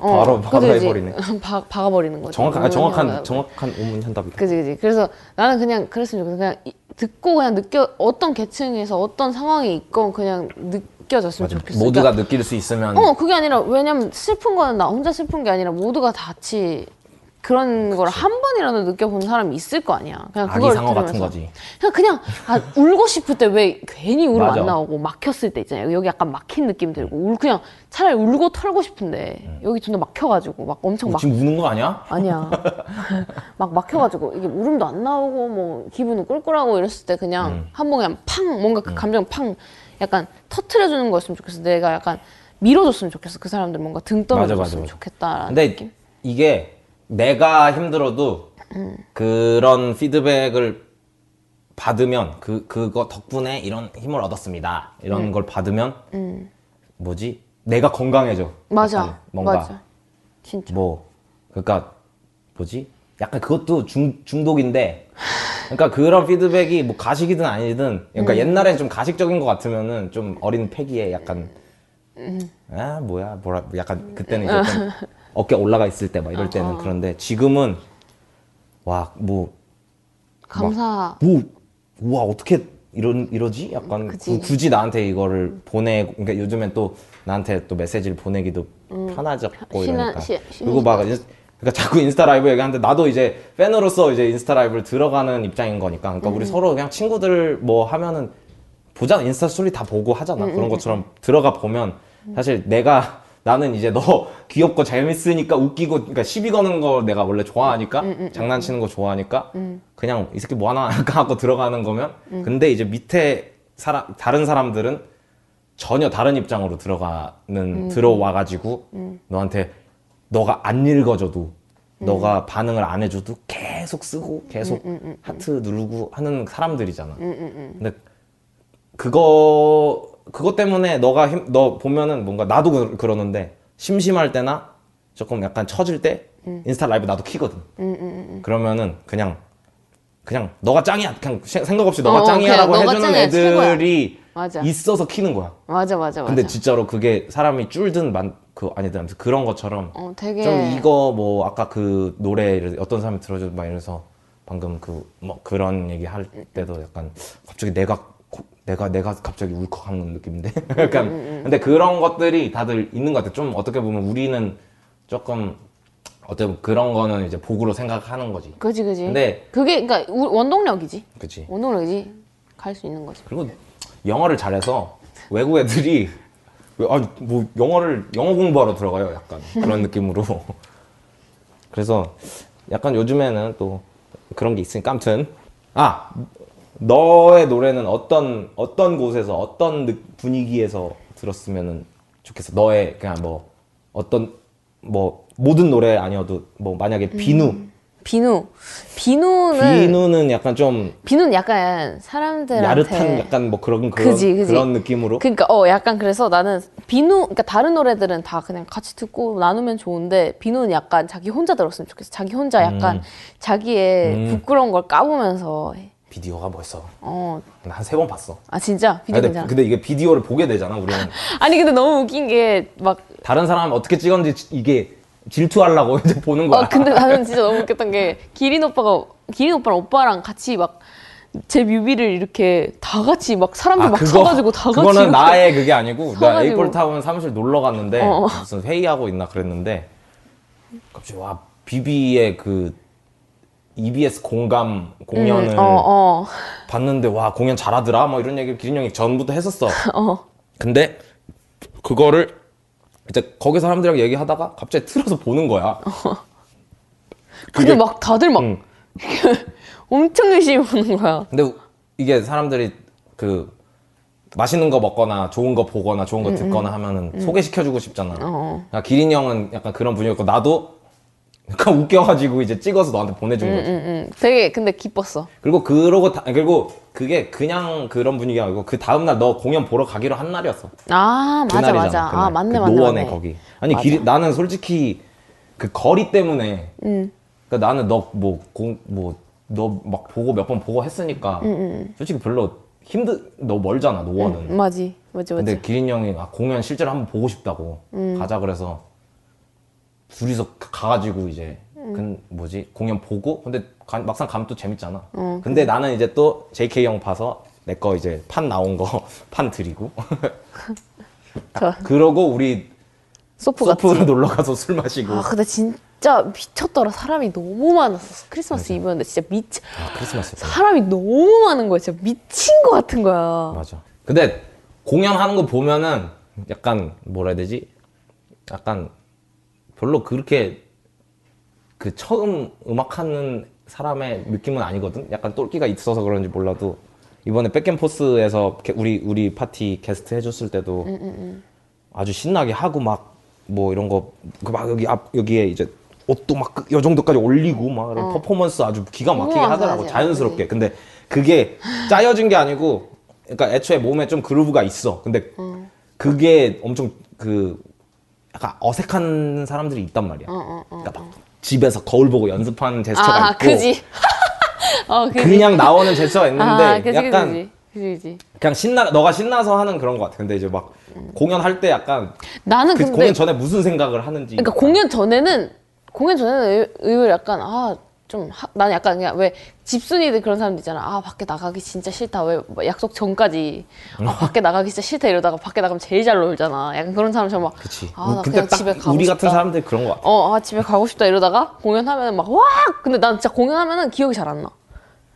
[SPEAKER 3] 어,
[SPEAKER 4] 바로 바로
[SPEAKER 3] 그치, 그치.
[SPEAKER 4] 해버리네.
[SPEAKER 3] 박- 박아버리는 거지
[SPEAKER 4] 정확한 아,
[SPEAKER 3] 우문
[SPEAKER 4] 정확한
[SPEAKER 3] 현답을.
[SPEAKER 4] 정확한 우문 현답이다.
[SPEAKER 3] 그지 그지 그래서 나는 그냥 그랬으면 좋겠어 그냥 이- 듣고 그냥 느껴 어떤 계층에서 어떤 상황이 있건 그냥 느껴졌으면
[SPEAKER 4] 맞아.
[SPEAKER 3] 좋겠어
[SPEAKER 4] 모두가
[SPEAKER 3] 그러니까,
[SPEAKER 4] 느낄 수 있으면
[SPEAKER 3] 어 그게 아니라 왜냐면 슬픈 거는 나 혼자 슬픈 게 아니라 모두가 다 같이 그런 걸 한 번이라도 느껴본 사람이 있을 거 아니야 그냥
[SPEAKER 4] 아기
[SPEAKER 3] 그걸
[SPEAKER 4] 상어 같은
[SPEAKER 3] 들으면서.
[SPEAKER 4] 거지.
[SPEAKER 3] 그냥 그냥 아, 울고 싶을 때 왜 괜히 울음
[SPEAKER 4] 맞아.
[SPEAKER 3] 안 나오고 막혔을 때 있잖아요. 여기 약간 막힌 느낌 들고 울 그냥 차라리 울고 털고 싶은데 여기 존나 막혀가지고 막 엄청 막
[SPEAKER 4] 음. 어, 뭐 지금 우는 거 아니야?
[SPEAKER 3] 아니야. 막 막혀가지고 이게 울음도 안 나오고 뭐 기분은 꿀꿀하고 이랬을 때 그냥
[SPEAKER 4] 음.
[SPEAKER 3] 한 번 그냥 팡 뭔가 그 감정 팡 약간 터트려주는 거였으면 좋겠어. 내가 약간 밀어줬으면 좋겠어. 그 사람들 뭔가 등
[SPEAKER 4] 맞아,
[SPEAKER 3] 떠밀어줬으면
[SPEAKER 4] 맞아.
[SPEAKER 3] 좋겠다라는
[SPEAKER 4] 근데
[SPEAKER 3] 느낌.
[SPEAKER 4] 이게 내가 힘들어도 그런 피드백을 받으면 그 그거 덕분에 이런 힘을 얻었습니다.
[SPEAKER 3] 음.
[SPEAKER 4] 이런 걸 받으면 뭐지? 내가 건강해져. 약간
[SPEAKER 3] 맞아.
[SPEAKER 4] 뭔가
[SPEAKER 3] 맞아. 진짜.
[SPEAKER 4] 뭐 그러니까 뭐지? 약간 그것도 중, 중독인데 그러니까 그런 피드백이 뭐 가식이든 아니든 그러니까
[SPEAKER 3] 음.
[SPEAKER 4] 옛날에 좀 가식적인 것 같으면은 좀 어린 패기에 약간
[SPEAKER 3] 음.
[SPEAKER 4] 아 뭐야 뭐라 약간 그때는 이제 좀 어깨 올라가 있을 때 막 이럴 때는
[SPEAKER 3] 어.
[SPEAKER 4] 그런데 지금은 와뭐
[SPEAKER 3] 감사.
[SPEAKER 4] 뭐, 우와, 어떻게 이런, 이러지? 약간,
[SPEAKER 3] 그치.
[SPEAKER 4] 구- 굳이 나한테 이거를 보내고, 그러니까 요즘엔 또 나한테 또 메시지를 보내기도
[SPEAKER 3] 음.
[SPEAKER 4] 편하졌고
[SPEAKER 3] 신한-
[SPEAKER 4] 이러니까.
[SPEAKER 3] 시- 시-
[SPEAKER 4] 그리고 막, 인스- 그러니까 자꾸 인스타 라이브 얘기하는데 나도 이제 팬으로서 이제 인스타 라이브를 들어가는 입장인 거니까. 그러니까
[SPEAKER 3] 음.
[SPEAKER 4] 우리 서로 그냥 친구들 뭐 하면은 보자. 인스타 스토리 다 보고 하잖아.
[SPEAKER 3] 음,
[SPEAKER 4] 그런 것처럼 들어가 보면 사실 내가 나는 이제 너 귀엽고 재밌으니까 웃기고 그러니까 시비 거는 거 내가 원래
[SPEAKER 3] 음,
[SPEAKER 4] 좋아하니까 장난치는 거 좋아하니까 그냥 이 새끼
[SPEAKER 3] 음.
[SPEAKER 4] 뭐 하나 할까 하고 들어가는 거면 근데 이제 밑에 사람 다른 사람들은 전혀 다른 입장으로 들어가는
[SPEAKER 3] 음.
[SPEAKER 4] 들어와가지고 너한테 너가 안 읽어줘도
[SPEAKER 3] 음.
[SPEAKER 4] 너가 반응을 안 해줘도 계속 쓰고 계속
[SPEAKER 3] 음,
[SPEAKER 4] 하트 누르고 하는 사람들이잖아. 근데 그거 그것 때문에 너가 힘, 너 보면은 뭔가 나도 그- 그러는데 심심할 때나 조금 약간 처질 때
[SPEAKER 3] 음.
[SPEAKER 4] 인스타 라이브 나도 키거든. 그러면은 그냥 그냥 너가 짱이야 그냥 시- 생각 없이 너가
[SPEAKER 3] 어,
[SPEAKER 4] 짱이야라고
[SPEAKER 3] 그냥 너가
[SPEAKER 4] 해주는
[SPEAKER 3] 짱이야,
[SPEAKER 4] 애들이
[SPEAKER 3] 맞아.
[SPEAKER 4] 있어서 키는 거야.
[SPEAKER 3] 맞아 맞아 어, 맞아.
[SPEAKER 4] 근데 진짜로 그게 사람이 줄든 만 그 아니든 아무튼 그런 것처럼
[SPEAKER 3] 어 되게
[SPEAKER 4] 좀 이거 뭐 아까 그 노래를 어떤 사람이 들어줘 막 이래서 방금 그 뭐 그런 얘기
[SPEAKER 3] 음,
[SPEAKER 4] 할 때도 약간 갑자기 내가 고- 내가 내가 갑자기 울컥하는 느낌인데
[SPEAKER 3] 음,
[SPEAKER 4] 약간 근데 그런 것들이 다들 있는 것 같아 좀 어떻게 보면 우리는 조금 어떻게 보면 그런 거는 이제 복으로 생각하는 거지
[SPEAKER 3] 그지 그지.
[SPEAKER 4] 근데-
[SPEAKER 3] 그게 그러니까 우- 원동력이지.
[SPEAKER 4] 그치
[SPEAKER 3] 원동력이지. 갈 수 있는 거지.
[SPEAKER 4] 그리고 영어를 잘해서 외국 애들이 왜- 아니 뭐 영어를 영어 공부하러 들어가요 약간 그런 느낌으로 그래서 약간 요즘에는 또 그런 게 있으니까 아무튼 아 너의 노래는 어떤 어떤 곳에서 어떤 느- 분위기에서 들었으면 좋겠어 너의 그냥 뭐 어떤 뭐 모든 노래 아니어도 뭐 만약에
[SPEAKER 3] 음.
[SPEAKER 4] 비누
[SPEAKER 3] 비누. 비누는
[SPEAKER 4] 비누는 약간 좀
[SPEAKER 3] 비누... 는 약간 사람들한테
[SPEAKER 4] 야릇한 약간 뭐 그런 그런
[SPEAKER 3] 네, 그지, 그지.
[SPEAKER 4] 그런 느낌으로
[SPEAKER 3] 그러니까 어 약간 그래서 나는 비누 그러니까 다른 노래들은 다 그냥 같이 듣고 나누면 좋은데 비누는 약간 자기 혼자 들었으면 좋겠어. 자기 혼자
[SPEAKER 4] 음.
[SPEAKER 3] 약간 자기의 부끄러운 걸 까보면서
[SPEAKER 4] 비디오가 멋있어.
[SPEAKER 3] 어 아
[SPEAKER 4] 한 세 번 봤어.
[SPEAKER 3] 진짜 비디오
[SPEAKER 4] 근데,
[SPEAKER 3] 괜찮아.
[SPEAKER 4] 근데 이게 비디오를 보게 되잖아, 우리는.
[SPEAKER 3] 아니 근데 너무 웃긴 게막
[SPEAKER 4] 다른 사람 어떻게 찍었는지 지- 이게 질투하려고 이제 보는 거야.
[SPEAKER 3] 어, 근데 나는 진짜 너무 웃겼던 게 기린 오빠가 기린 오빠랑 오빠랑 같이 막 제 뮤비를 이렇게 다 같이 막 사람들 막 사가지고 다 같이
[SPEAKER 4] 아, 그거는
[SPEAKER 3] 이렇게
[SPEAKER 4] 나의 그게 아니고 나
[SPEAKER 3] 사가지고.
[SPEAKER 4] 에이폴타운 사무실 놀러 갔는데
[SPEAKER 3] 어.
[SPEAKER 4] 무슨 회의하고 있나 그랬는데 갑자기 와 비비의 그 EBS 공감 공연을
[SPEAKER 3] 어, 어.
[SPEAKER 4] 봤는데 와 공연 잘하더라 뭐 이런 얘기를 기린 형이 전부터 했었어.
[SPEAKER 3] 어.
[SPEAKER 4] 근데 그거를 이제 거기 사람들이랑 얘기하다가 갑자기 틀어서 보는 거야.
[SPEAKER 3] 근데
[SPEAKER 4] 그게-
[SPEAKER 3] 막 다들 막
[SPEAKER 4] 응.
[SPEAKER 3] 엄청 열심히 보는 거야.
[SPEAKER 4] 근데 이게 사람들이 그 맛있는 거 먹거나 좋은 거 보거나 좋은 거 듣거나 하면은 소개시켜주고 싶잖아.
[SPEAKER 3] 음, 어.
[SPEAKER 4] 그러니까 기린 형은 약간 그런 분이었고 나도 약간 웃겨가지고 이제 찍어서 너한테 보내준 거지.
[SPEAKER 3] 응, 응. 되게 근데 기뻤어.
[SPEAKER 4] 그리고 그러고 다- 그리고 그게 그냥 그런 분위기가 아니고 그 다음 날 너 공연 보러 가기로 한 날이었어.
[SPEAKER 3] 아 맞아
[SPEAKER 4] 그날이잖아,
[SPEAKER 3] 맞아. 아
[SPEAKER 4] 그날.
[SPEAKER 3] 맞네
[SPEAKER 4] 그
[SPEAKER 3] 맞네.
[SPEAKER 4] 노원에
[SPEAKER 3] 맞네.
[SPEAKER 4] 거기. 아니
[SPEAKER 3] 맞아.
[SPEAKER 4] 길이 나는 솔직히 그 거리 때문에.
[SPEAKER 3] 응.
[SPEAKER 4] 그러니까 나는 너뭐공뭐너 막 보고 몇 번 보고 했으니까
[SPEAKER 3] 음,
[SPEAKER 4] 솔직히 별로 힘든 너 멀잖아 노원은.
[SPEAKER 3] 음. 맞지 맞지 맞지.
[SPEAKER 4] 근데 기린 형이 아, 공연 실제로 한번 보고 싶다고
[SPEAKER 3] 음.
[SPEAKER 4] 가자 그래서 둘이서 가- 가가지고 이제
[SPEAKER 3] 음.
[SPEAKER 4] 그 뭐지 공연 보고 근데 가- 막상 가면 또 재밌잖아.
[SPEAKER 3] 어,
[SPEAKER 4] 근데 나는 이제 또 JK 형 봐서 내 거 이제 판 나온 거 판 드리고
[SPEAKER 3] 저
[SPEAKER 4] 그러고 우리
[SPEAKER 3] 소프 같이.
[SPEAKER 4] 소프로 놀러 가서 술 마시고
[SPEAKER 3] 아 근데 진짜 미쳤더라. 사람이 너무 많았어. 크리스마스 이브였는데 진짜 미치.
[SPEAKER 4] 아, 크리스마스 때.
[SPEAKER 3] 사람이 너무 많은 거야. 진짜 미친 거 같은 거야.
[SPEAKER 4] 맞아. 근데 공연하는 거 보면은 약간 뭐라 해야 되지? 약간 별로 그렇게 그 처음 음악하는 사람의 느낌은 아니거든. 약간 똘끼가 있어서 그런지 몰라도 이번에 백앤포스에서 게- 우리 우리 파티 게스트 해줬을 때도 아주 신나게 하고 막 뭐 이런 거 그 막 여기 앞 여기에 이제 옷도 막그 요 정도까지 올리고 막 이런 퍼포먼스 아주 기가 막히게
[SPEAKER 3] 우와,
[SPEAKER 4] 하더라고
[SPEAKER 3] 맞아,
[SPEAKER 4] 자연스럽게. 근데 그게 짜여진 게 아니고 그러니까 애초에 몸에 좀 그루브가 있어. 근데 그게 엄청 그 약간 어색한 사람들이 있단 말이야. 그러니까 막 집에서 거울 보고 연습하는 제스처가
[SPEAKER 3] 어, 아,
[SPEAKER 4] 있고
[SPEAKER 3] 그지. 어, 그지.
[SPEAKER 4] 냥 나오는 제스처가 있는데
[SPEAKER 3] 아, 그지,
[SPEAKER 4] 약간
[SPEAKER 3] 그지, 그지, 그지.
[SPEAKER 4] 그냥 신나 너가 신나서 하는 그런 것 같아. 근데 이제 막 공연할 때 약간
[SPEAKER 3] 나는
[SPEAKER 4] 그
[SPEAKER 3] 근데
[SPEAKER 4] 공연 전에 무슨 생각을 하는지
[SPEAKER 3] 그러니까 공연 전에는 공연 전에는 의- 의외로 약간 아. 좀 하- 나는 약간 그냥 왜 집순이들 그런 사람들 있잖아 아 밖에 나가기 진짜 싫다 왜뭐 약속 전까지
[SPEAKER 4] 음.
[SPEAKER 3] 아 밖에 나가기 진짜 싫다 이러다가 밖에 나가면 제일 잘 놀잖아 약간 그런 사람 정말
[SPEAKER 4] 그치. 뭐
[SPEAKER 3] 아나
[SPEAKER 4] 근데
[SPEAKER 3] 그냥
[SPEAKER 4] 딱
[SPEAKER 3] 집에 가고
[SPEAKER 4] 우리
[SPEAKER 3] 싶다
[SPEAKER 4] 같은 사람들 그런 것 같아.
[SPEAKER 3] 어, 아, 집에 가고 싶다 이러다가 공연하면 막, 와! 근데 난 진짜 공연하면은 기억이 잘 안 나.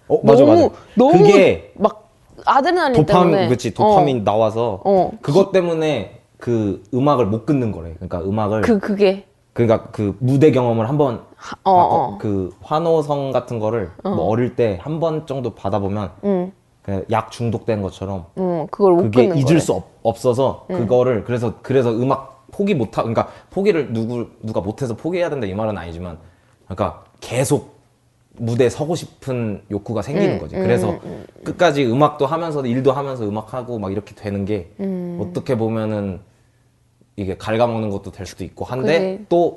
[SPEAKER 4] 어, 맞아
[SPEAKER 3] 너무,
[SPEAKER 4] 맞아.
[SPEAKER 3] 너무
[SPEAKER 4] 그게
[SPEAKER 3] 막 아드레날린 때문에.
[SPEAKER 4] 도파민 그치 도파민
[SPEAKER 3] 어,
[SPEAKER 4] 나와서
[SPEAKER 3] 어.
[SPEAKER 4] 그것 때문에 그 음악을 못 끊는 거래. 그러니까 음악을
[SPEAKER 3] 그, 그게.
[SPEAKER 4] 그러니까 그 무대 경험을 한번
[SPEAKER 3] 하- 어,
[SPEAKER 4] 아,
[SPEAKER 3] 어.
[SPEAKER 4] 그 환호성 같은 거를 어. 뭐 어릴 때 한 번 정도 받아보면
[SPEAKER 3] 응.
[SPEAKER 4] 그냥 그냥 약 중독된 것처럼
[SPEAKER 3] 음, 그걸 못
[SPEAKER 4] 그게
[SPEAKER 3] 끊는 음.
[SPEAKER 4] 잊을
[SPEAKER 3] 거래.
[SPEAKER 4] 수 없, 없어서 그거를 그래서 그래서 음악 포기 못하 그러니까 포기를 누구 누가 못해서 포기해야 된다 이 말은 아니지만 그러니까 계속 무대에 서고 싶은 욕구가 생기는
[SPEAKER 3] 음,
[SPEAKER 4] 거지 그래서 끝까지 음악도 하면서 일도 하면서 음악하고 막 이렇게 되는 게
[SPEAKER 3] 음.
[SPEAKER 4] 어떻게 보면은 이게 갉아먹는 것도 될 수도 있고 한데
[SPEAKER 3] 그지.
[SPEAKER 4] 또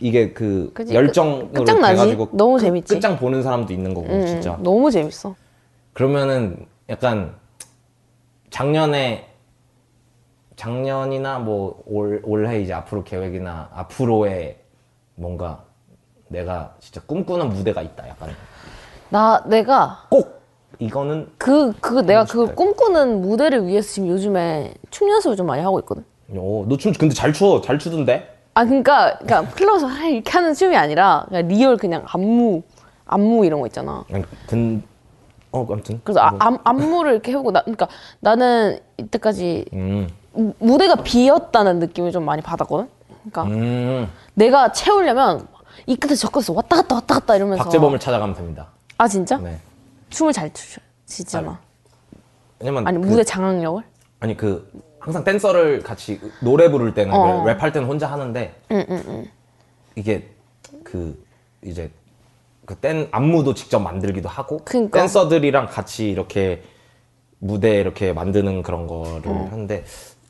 [SPEAKER 4] 이게 그
[SPEAKER 3] 그지.
[SPEAKER 4] 열정으로
[SPEAKER 3] 끝- 끝장나지.
[SPEAKER 4] 돼가지고
[SPEAKER 3] 너무
[SPEAKER 4] 끝-
[SPEAKER 3] 재밌지.
[SPEAKER 4] 끝장 보는 사람도 있는 거고
[SPEAKER 3] 음,
[SPEAKER 4] 진짜
[SPEAKER 3] 너무 재밌어.
[SPEAKER 4] 그러면은 약간 작년에 작년이나 뭐 올, 올해 이제 앞으로 계획이나 앞으로의 뭔가 내가 진짜 꿈꾸는 무대가 있다 약간
[SPEAKER 3] 나 내가
[SPEAKER 4] 꼭 이거는
[SPEAKER 3] 그, 그, 내가 그
[SPEAKER 4] 싶다,
[SPEAKER 3] 꿈꾸는 무대를 위해서 지금 요즘에 춤 연습을 좀 많이 하고 있거든.
[SPEAKER 4] 어, 오너춤 근데 잘 추어 잘 추던데
[SPEAKER 3] 아, 그니까, 그니까, 클럽에서 하- 이렇게 하는 춤이 아니라, 그냥 리얼 그냥 안무, 안무 이런 거 있잖아.
[SPEAKER 4] 아니, 근... 어 아무튼
[SPEAKER 3] 그래서 아- 암- 안무를 이렇게 해보고, 나, 그니까, 나는 이때까지
[SPEAKER 4] 음,
[SPEAKER 3] 무- 무대가 비었다는 느낌을 좀 많이 받았거든. 그니까,
[SPEAKER 4] 음
[SPEAKER 3] 내가 채우려면 이 끝에서 저 끝에서 왔다 갔다 왔다 갔다 이러면서.
[SPEAKER 4] 박재범을 찾아가면 됩니다
[SPEAKER 3] 아, 진짜?
[SPEAKER 4] 네
[SPEAKER 3] 춤을 잘 추, 지잖아.
[SPEAKER 4] 왜냐면
[SPEAKER 3] 아니,
[SPEAKER 4] 그-
[SPEAKER 3] 무대 장악력을?
[SPEAKER 4] 아니 그 항상 댄서를 같이 노래 부를 때는
[SPEAKER 3] 어.
[SPEAKER 4] 그 랩할 때는 혼자 하는데 이게 그 이제 그 댄 안무도 직접 만들기도 하고
[SPEAKER 3] 그러니까.
[SPEAKER 4] 댄서들이랑 같이 이렇게 무대 이렇게 만드는 그런 거를 하는데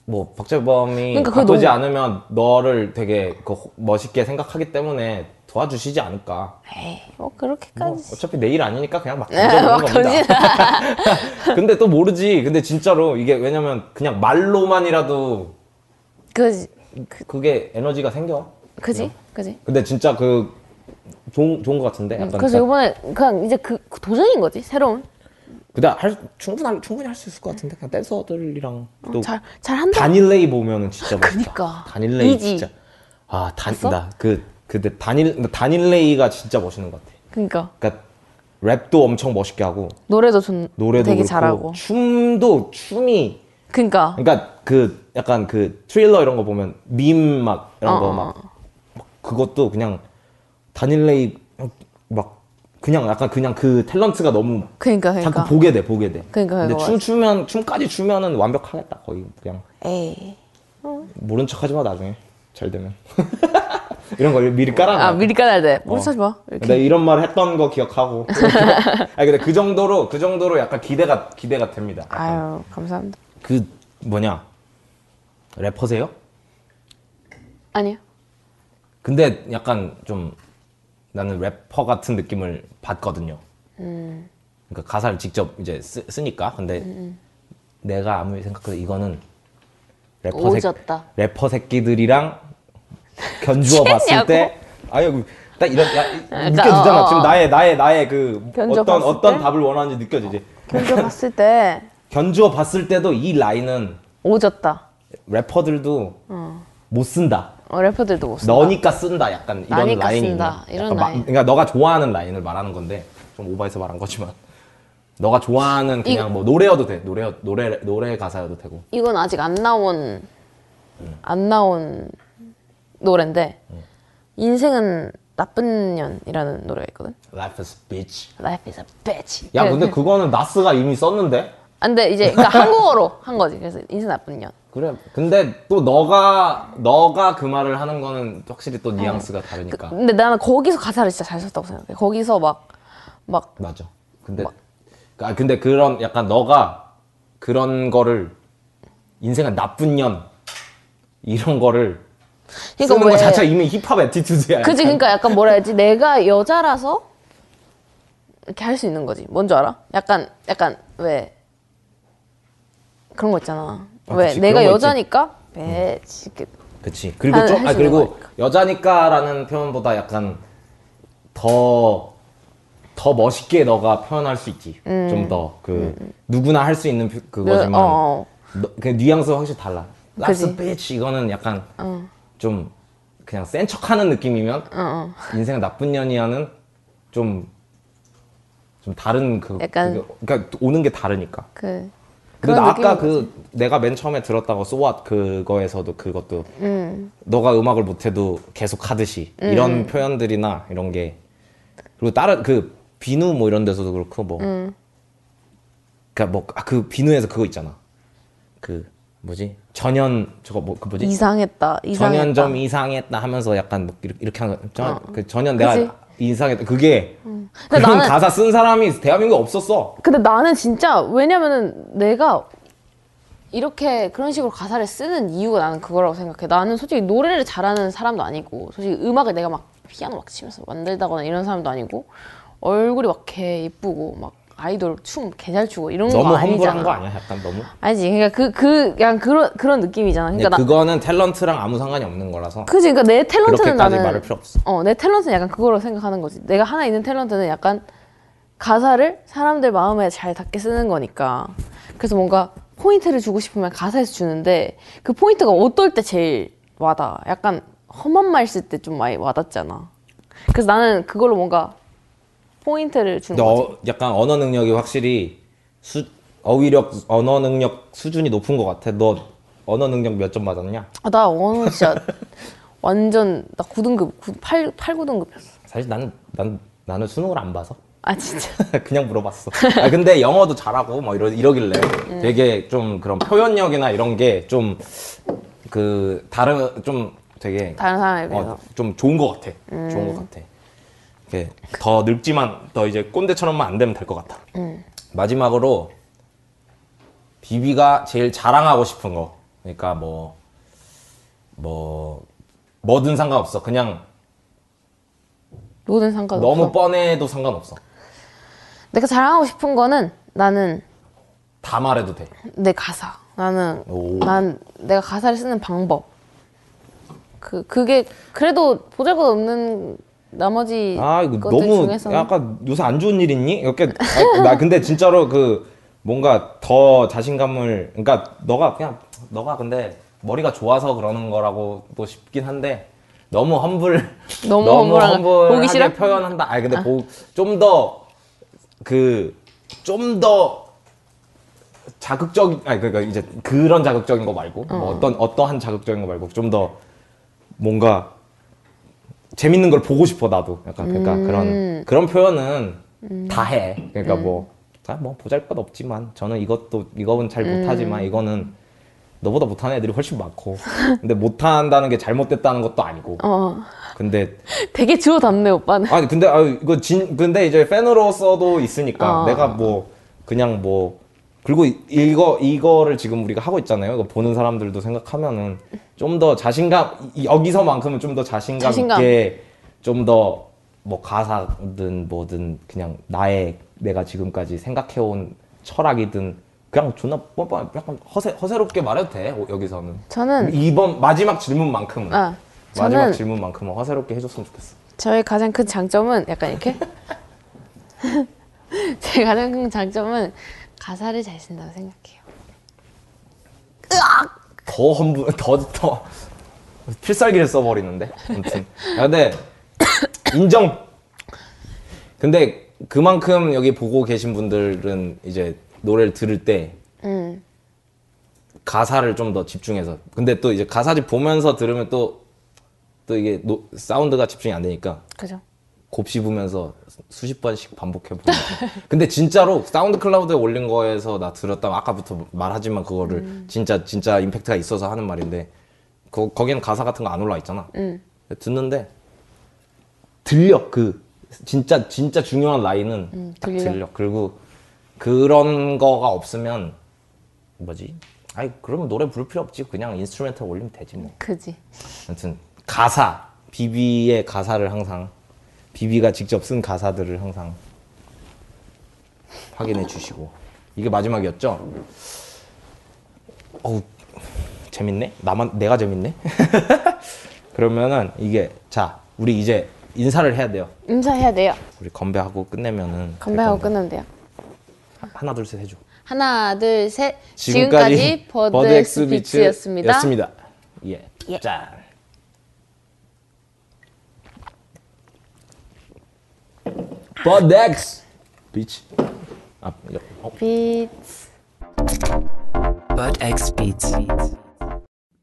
[SPEAKER 4] 뭐 박재범이
[SPEAKER 3] 그러니까 그게
[SPEAKER 4] 바쁘지
[SPEAKER 3] 너무-
[SPEAKER 4] 않으면 너를 되게 그 호- 멋있게 생각하기 때문에 도와주시지 않을까
[SPEAKER 3] 에이, 뭐,
[SPEAKER 4] 뭐
[SPEAKER 3] 그렇게까지.
[SPEAKER 4] 어차피 내일 아니니까 그냥 막
[SPEAKER 3] 네, 막
[SPEAKER 4] 던져보는 겁니다
[SPEAKER 3] 던지는.
[SPEAKER 4] 근데 또 모르지 근데 진짜로 이게 왜냐면 그냥 말로만이라도 뭐.
[SPEAKER 3] 그지,
[SPEAKER 4] 그게 에너지가 생겨.
[SPEAKER 3] 그지, 그지.
[SPEAKER 4] 근데 진짜 그 좋은 좋은 것 같은데. 약간
[SPEAKER 3] 음, 그래서 이번에 그냥 이제 그, 그 도전인 거지 새로운
[SPEAKER 4] 근데 할 수- 충분할 충분히 할 수 있을 것 같은데 그냥 댄서들이랑 또
[SPEAKER 3] 어, 잘 잘 한다.
[SPEAKER 4] 단일레이 보면은 진짜 멋있다.
[SPEAKER 3] 그니까.
[SPEAKER 4] 단일레이
[SPEAKER 3] 이지.
[SPEAKER 4] 진짜 아
[SPEAKER 3] 봤어?
[SPEAKER 4] 단나그 근데 단일 단일레이가 진짜 멋있는 것 같아.
[SPEAKER 3] 그러니까
[SPEAKER 4] 그러니까 랩도 엄청 멋있게 하고
[SPEAKER 3] 노래도 좀
[SPEAKER 4] 노래도
[SPEAKER 3] 되게
[SPEAKER 4] 그렇고
[SPEAKER 3] 잘하고.
[SPEAKER 4] 춤도 춤이
[SPEAKER 3] 그러니까
[SPEAKER 4] 그러니까 그 약간 그 트릴러 이런 거 보면 밈 막 이런
[SPEAKER 3] 어, 어,
[SPEAKER 4] 거 막 그것도 그냥 단일레이 막 그냥 약간 그냥 그 탤런트가 너무
[SPEAKER 3] 그러니까 그러니까.
[SPEAKER 4] 자꾸 보게 돼 보게 돼.
[SPEAKER 3] 그러니까,
[SPEAKER 4] 근데
[SPEAKER 3] 그거
[SPEAKER 4] 춤 추면 춤까지 추면은 완벽하겠다 거의 그냥
[SPEAKER 3] 에이.
[SPEAKER 4] 모른 척하지 마 나중에 잘 되면 이런 거 미리 깔아놔. 어. 음.
[SPEAKER 3] 아 미리 깔아야 돼. 뭘 찾지 마.
[SPEAKER 4] 내가 이런 말 했던 거 기억하고. 아 근데 그 정도로 그 정도로 약간 기대가 기대가 됩니다. 약간
[SPEAKER 3] 아유 감사합니다.
[SPEAKER 4] 그 뭐냐 래퍼세요?
[SPEAKER 3] 아니요.
[SPEAKER 4] 근데 약간 좀 나는 래퍼 같은 느낌을 받거든요. 그러니까 가사를 직접 이제 쓰, 쓰니까. 근데 내가 아무리 생각해도 이거는 래퍼, 새,
[SPEAKER 3] 오졌다.
[SPEAKER 4] 래퍼 새끼들이랑 견주어 봤을
[SPEAKER 3] 취했냐고?
[SPEAKER 4] 때 아유 딱 이런 야,
[SPEAKER 3] 약간,
[SPEAKER 4] 느껴지잖아.
[SPEAKER 3] 어, 어.
[SPEAKER 4] 지금 나의 나의 나의 그
[SPEAKER 3] 견주어
[SPEAKER 4] 어떤
[SPEAKER 3] 봤을
[SPEAKER 4] 어떤
[SPEAKER 3] 때?
[SPEAKER 4] 답을 원하는지 느껴지지.
[SPEAKER 3] 경주 봤을 때
[SPEAKER 4] 견주어 봤을 때도 이 라인은
[SPEAKER 3] 오졌다.
[SPEAKER 4] 래퍼들도 못 쓴다.
[SPEAKER 3] 어, 래퍼들도 못 쓴다.
[SPEAKER 4] 아, 너니까 쓴다 약간 이런
[SPEAKER 3] 나니까
[SPEAKER 4] 라인이
[SPEAKER 3] 쓴다,
[SPEAKER 4] 있나?
[SPEAKER 3] 이런
[SPEAKER 4] 약간 마-
[SPEAKER 3] 라인.
[SPEAKER 4] 그러니까 너가 좋아하는 라인을 말하는 건데 좀 오바해서 말한 거지만 너가 좋아하는 그냥
[SPEAKER 3] 이거-
[SPEAKER 4] 뭐 노래여도 돼 노래 노래 노래 가사여도 되고
[SPEAKER 3] 이건 아직 안 나온
[SPEAKER 4] 음.
[SPEAKER 3] 안 나온 노래인데 인생은 나쁜 년이라는 노래가 있거든.
[SPEAKER 4] Life is bitch
[SPEAKER 3] Life is a bitch.
[SPEAKER 4] 야 근데
[SPEAKER 3] 그래.
[SPEAKER 4] 그거는 나스가 이미 썼는데
[SPEAKER 3] 아, 근데 이제 그러니까 한국어로 한 거지. 그래서 인생 나쁜 년.
[SPEAKER 4] 그래 근데 또 너가 너가 그 말을 하는 거는 확실히 또 뉘앙스가
[SPEAKER 3] 네.
[SPEAKER 4] 다르니까
[SPEAKER 3] 근데 나는 거기서 가사를 진짜 잘 썼다고 생각해. 거기서 막, 막,
[SPEAKER 4] 맞아 근데
[SPEAKER 3] 뭐.
[SPEAKER 4] 아 근데 그런 약간 너가 그런 거를 인생은 나쁜 년 이런 거를
[SPEAKER 3] 그러니까
[SPEAKER 4] 쓰는 거
[SPEAKER 3] 왜-
[SPEAKER 4] 자체가 이미 힙합 애티튜드야
[SPEAKER 3] 그지?
[SPEAKER 4] 약간.
[SPEAKER 3] 그러니까 약간 뭐라 해야지? 내가 여자라서 이렇게 할 수 있는 거지. 뭔지 알아? 약간, 약간, 왜, 그런 거 있잖아.
[SPEAKER 4] 아,
[SPEAKER 3] 왜,
[SPEAKER 4] 그치,
[SPEAKER 3] 내가
[SPEAKER 4] 그런 거 있지. 음.
[SPEAKER 3] 여자니까? 배, 지금.
[SPEAKER 4] 그치. 그리고
[SPEAKER 3] 할-
[SPEAKER 4] 좀,
[SPEAKER 3] 할
[SPEAKER 4] 아
[SPEAKER 3] 수
[SPEAKER 4] 그리고
[SPEAKER 3] 있는 거니까.
[SPEAKER 4] 여자니까라는 표현보다 약간 더, 더 멋있게 너가 표현할 수 있지. 좀 더, 그, 누구나 할 수 있는 표- 그거지만,
[SPEAKER 3] 음. 어, 어.
[SPEAKER 4] 너- 그 뉘앙스가 확실히 달라.
[SPEAKER 3] 그치.
[SPEAKER 4] 라스 비치 이거는 약간
[SPEAKER 3] 어.
[SPEAKER 4] 좀 그냥 센 척하는 느낌이면
[SPEAKER 3] 어.
[SPEAKER 4] 인생 나쁜 년이야는 좀, 좀 다른 그,
[SPEAKER 3] 약간-
[SPEAKER 4] 그게- 그러니까 오는 게 다르니까.
[SPEAKER 3] 그,
[SPEAKER 4] 근데
[SPEAKER 3] 그런
[SPEAKER 4] 나 아까
[SPEAKER 3] 느낌인
[SPEAKER 4] 그 내가 맨 처음에 들었다고 소왓 그거에서도 그것도
[SPEAKER 3] 음.
[SPEAKER 4] 너가 음악을 못해도 계속 하듯이 이런 표현들이나
[SPEAKER 3] 음.
[SPEAKER 4] 이런 게 그리고 다른 그 비누 뭐 이런 데서도 그렇고 뭐 그러니까 뭐 그 비누에서 그거 있잖아. 그 뭐지? 전현 저거 뭐 그 뭐지?
[SPEAKER 3] 이상했다. 이상했다. 어.
[SPEAKER 4] 전현 좀 이상했다 하면서 약간 뭐 이렇게, 이렇게 하는 거. 전, 그 전현 내가
[SPEAKER 3] 그지?
[SPEAKER 4] 이상했다. 그게
[SPEAKER 3] 근데
[SPEAKER 4] 그런
[SPEAKER 3] 나는-
[SPEAKER 4] 가사 쓴 사람이 대한민국에 없었어.
[SPEAKER 3] 근데 나는 진짜 왜냐면은 내가 이렇게 그런 식으로 가사를 쓰는 이유가 나는 그거라고 생각해. 나는 솔직히 노래를 잘하는 사람도 아니고, 솔직히 음악을 내가 막 피아노 막 치면서 만들다거나 이런 사람도 아니고, 얼굴이 막 개 이쁘고 막 아이돌 춤 개 잘 추고 이런 음, 거
[SPEAKER 4] 너무
[SPEAKER 3] 아니잖아.
[SPEAKER 4] 험불한 거 아니야? 약간 너무.
[SPEAKER 3] 아니지. 그러니까 그 그 그냥 그런 그런 느낌이잖아.
[SPEAKER 4] 근데
[SPEAKER 3] 그러니까 나
[SPEAKER 4] 그거는 탤런트랑 아무 상관이 없는 거라서
[SPEAKER 3] 그지. 그러니까 내 탤런트는
[SPEAKER 4] 그렇게까지
[SPEAKER 3] 나는
[SPEAKER 4] 말할 필요 없어.
[SPEAKER 3] 어, 내 탤런트는 약간 그거로 생각하는 거지. 내가 하나 있는 탤런트는 약간 가사를 사람들 마음에 잘 닿게 쓰는 거니까. 그래서 뭔가 포인트를 주고 싶으면 가사에서 주는데 그 포인트가 어떨 때 제일 와닿아. 약간 험한 말 쓸 때 좀 많이 와닿잖아. 그래서 나는 그걸로 뭔가 포인트를 주는
[SPEAKER 4] 근데
[SPEAKER 3] 거지.
[SPEAKER 4] 어, 약간 언어 능력이 확실히 수, 어휘력 언어 능력 수준이 높은 것 같아. 너 언어 능력 몇 점 맞았냐?
[SPEAKER 3] 아, 나 오늘 진짜 완전 나 9등급, 9, 8, 8, 9등급이었어.
[SPEAKER 4] 사실 나는 난 나는 수능을 안 봐서
[SPEAKER 3] 아 진짜.
[SPEAKER 4] 그냥 물어봤어. 아, 근데 영어도 잘하고 뭐 이러 이러길래
[SPEAKER 3] 음.
[SPEAKER 4] 되게 좀 그런 표현력이나 이런 게 좀 그 다른 좀 되게
[SPEAKER 3] 다른 사람에 비해서.
[SPEAKER 4] 어, 좀 좋은 것 같아. 좋은
[SPEAKER 3] 음.
[SPEAKER 4] 것 같아. 이렇게 더 늙지만 더 이제 꼰대처럼만 안 되면 될 것 같아.
[SPEAKER 3] 음.
[SPEAKER 4] 마지막으로 비비가 제일 자랑하고 싶은 거. 그러니까 뭐, 뭐, 뭐든 상관없어. 그냥
[SPEAKER 3] 뭐든 상관없어.
[SPEAKER 4] 너무 뻔해도 상관없어.
[SPEAKER 3] 내가 자랑하고 싶은 거는 나는
[SPEAKER 4] 다 말해도 돼.
[SPEAKER 3] 내 가사. 나는
[SPEAKER 4] 오.
[SPEAKER 3] 난 내가 가사를 쓰는 방법. 그 그게 그래도 보잘것없는 나머지
[SPEAKER 4] 아 이거
[SPEAKER 3] 것들
[SPEAKER 4] 너무
[SPEAKER 3] 중에서 는
[SPEAKER 4] 약간 요새 안 좋은 일 있니? 이렇게 아, 나 근데 진짜로 그 뭔가 더 자신감을 그러니까 너가 그냥 너가 근데 머리가 좋아서 그러는 거라고 또 싶긴 한데 너무 험불
[SPEAKER 3] 너무 험불한- 보기 싫어?
[SPEAKER 4] 표현한다. 아니 근데 그, 좀 더 그 좀 더 자극적 아니 그러니까 이제 그런 자극적인 거 말고 뭐 어떤 어떠한 자극적인 거 말고 좀 더 뭔가 재밌는 걸 보고 싶어 나도 약간 그러니까
[SPEAKER 3] 음.
[SPEAKER 4] 그런 그런 표현은 다 해 그러니까 뭐 다 뭐 보잘것 없지만 저는 이것도 이건 잘
[SPEAKER 3] 음.
[SPEAKER 4] 못하지만 이거는 너보다 못하는 애들이 훨씬 많고 근데 못한다는 게 잘못됐다는 것도 아니고
[SPEAKER 3] 어
[SPEAKER 4] 근데
[SPEAKER 3] 되게 주워 담네 오빠는.
[SPEAKER 4] 아니 근데 아 이거 진 근데 이제 팬으로서도 있으니까
[SPEAKER 3] 어.
[SPEAKER 4] 내가 뭐 그냥 뭐 그리고 이- 이거 이거를 지금 우리가 하고 있잖아요. 이거 보는 사람들도 생각하면은 좀 더 자신감 이- 여기서만큼은 좀 더 자신감,
[SPEAKER 3] 자신감.
[SPEAKER 4] 있게 좀 더 뭐 가사든 뭐든 그냥 나의 내가 지금까지 생각해온 철학이든 그냥 존나 뻔뻔 약간 허세 허세롭게 말해도 돼 어, 여기서는
[SPEAKER 3] 저는
[SPEAKER 4] 이번 마지막 질문만큼은
[SPEAKER 3] 아
[SPEAKER 4] 마지막
[SPEAKER 3] 저는
[SPEAKER 4] 질문만큼은 허세롭게 해줬으면 좋겠어.
[SPEAKER 3] 저의 가장 큰 장점은 약간 이렇게 제 가장 큰 장점은 가사를 잘 쓴다고 생각해요.
[SPEAKER 4] 더 험부 더더 필살기를 써버리는데 아무튼 야, 근데 인정 근데 그만큼 여기 보고 계신 분들은 이제 노래를 들을 때
[SPEAKER 3] 음
[SPEAKER 4] 가사를 좀 더 집중해서 근데 또 이제 가사집 보면서 들으면 또 또 이게 노- 사운드가 집중이 안 되니까
[SPEAKER 3] 그죠.
[SPEAKER 4] 곱씹으면서 수십 번씩 반복해 보고 근데 진짜로 사운드 클라우드에 올린 거에서 나 들었다 아까부터 말하지만 그거를
[SPEAKER 3] 음.
[SPEAKER 4] 진짜 진짜 임팩트가 있어서 하는 말인데 거, 거기는 가사 같은 거 안 올라 있잖아
[SPEAKER 3] 음.
[SPEAKER 4] 듣는데 들려 그 진짜 진짜 중요한 라인은 딱
[SPEAKER 3] 음, 들려.
[SPEAKER 4] 들려 그리고 그런 거가 없으면 뭐지 아이 그러면 노래 부를 필요 없지 그냥 인스트루멘트 올리면 되지 뭐
[SPEAKER 3] 그지.
[SPEAKER 4] 아무튼 가사 비비의 가사를 항상 비비가 직접 쓴 가사들을 항상 확인해 주시고 이게 마지막이었죠? 어우 재밌네 나만 내가 재밌네 그러면은 이게 자 우리 이제 인사를 해야 돼요
[SPEAKER 3] 인사해야 돼요.
[SPEAKER 4] 우리 건배하고 끝내면은 될
[SPEAKER 3] 건배하고
[SPEAKER 4] 건데.
[SPEAKER 3] 끝내면 돼요.
[SPEAKER 4] 하나 둘 셋 해줘
[SPEAKER 3] 하나, 둘, 셋. 지금까지, 버드, 엑스 비츠였습니다.
[SPEAKER 4] 비츠였습니다. 예.
[SPEAKER 3] 예.
[SPEAKER 4] 짠. 버드 엑스 비츠. 아, 이거. 어.
[SPEAKER 3] 비츠.
[SPEAKER 1] Bud X Beats.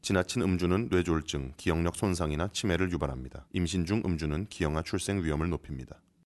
[SPEAKER 2] 지나친 음주는 뇌졸중, 기억력 손상이나 치매를 유발합니다. 임신 중 음주는 기형아 출생 위험을 높입니다.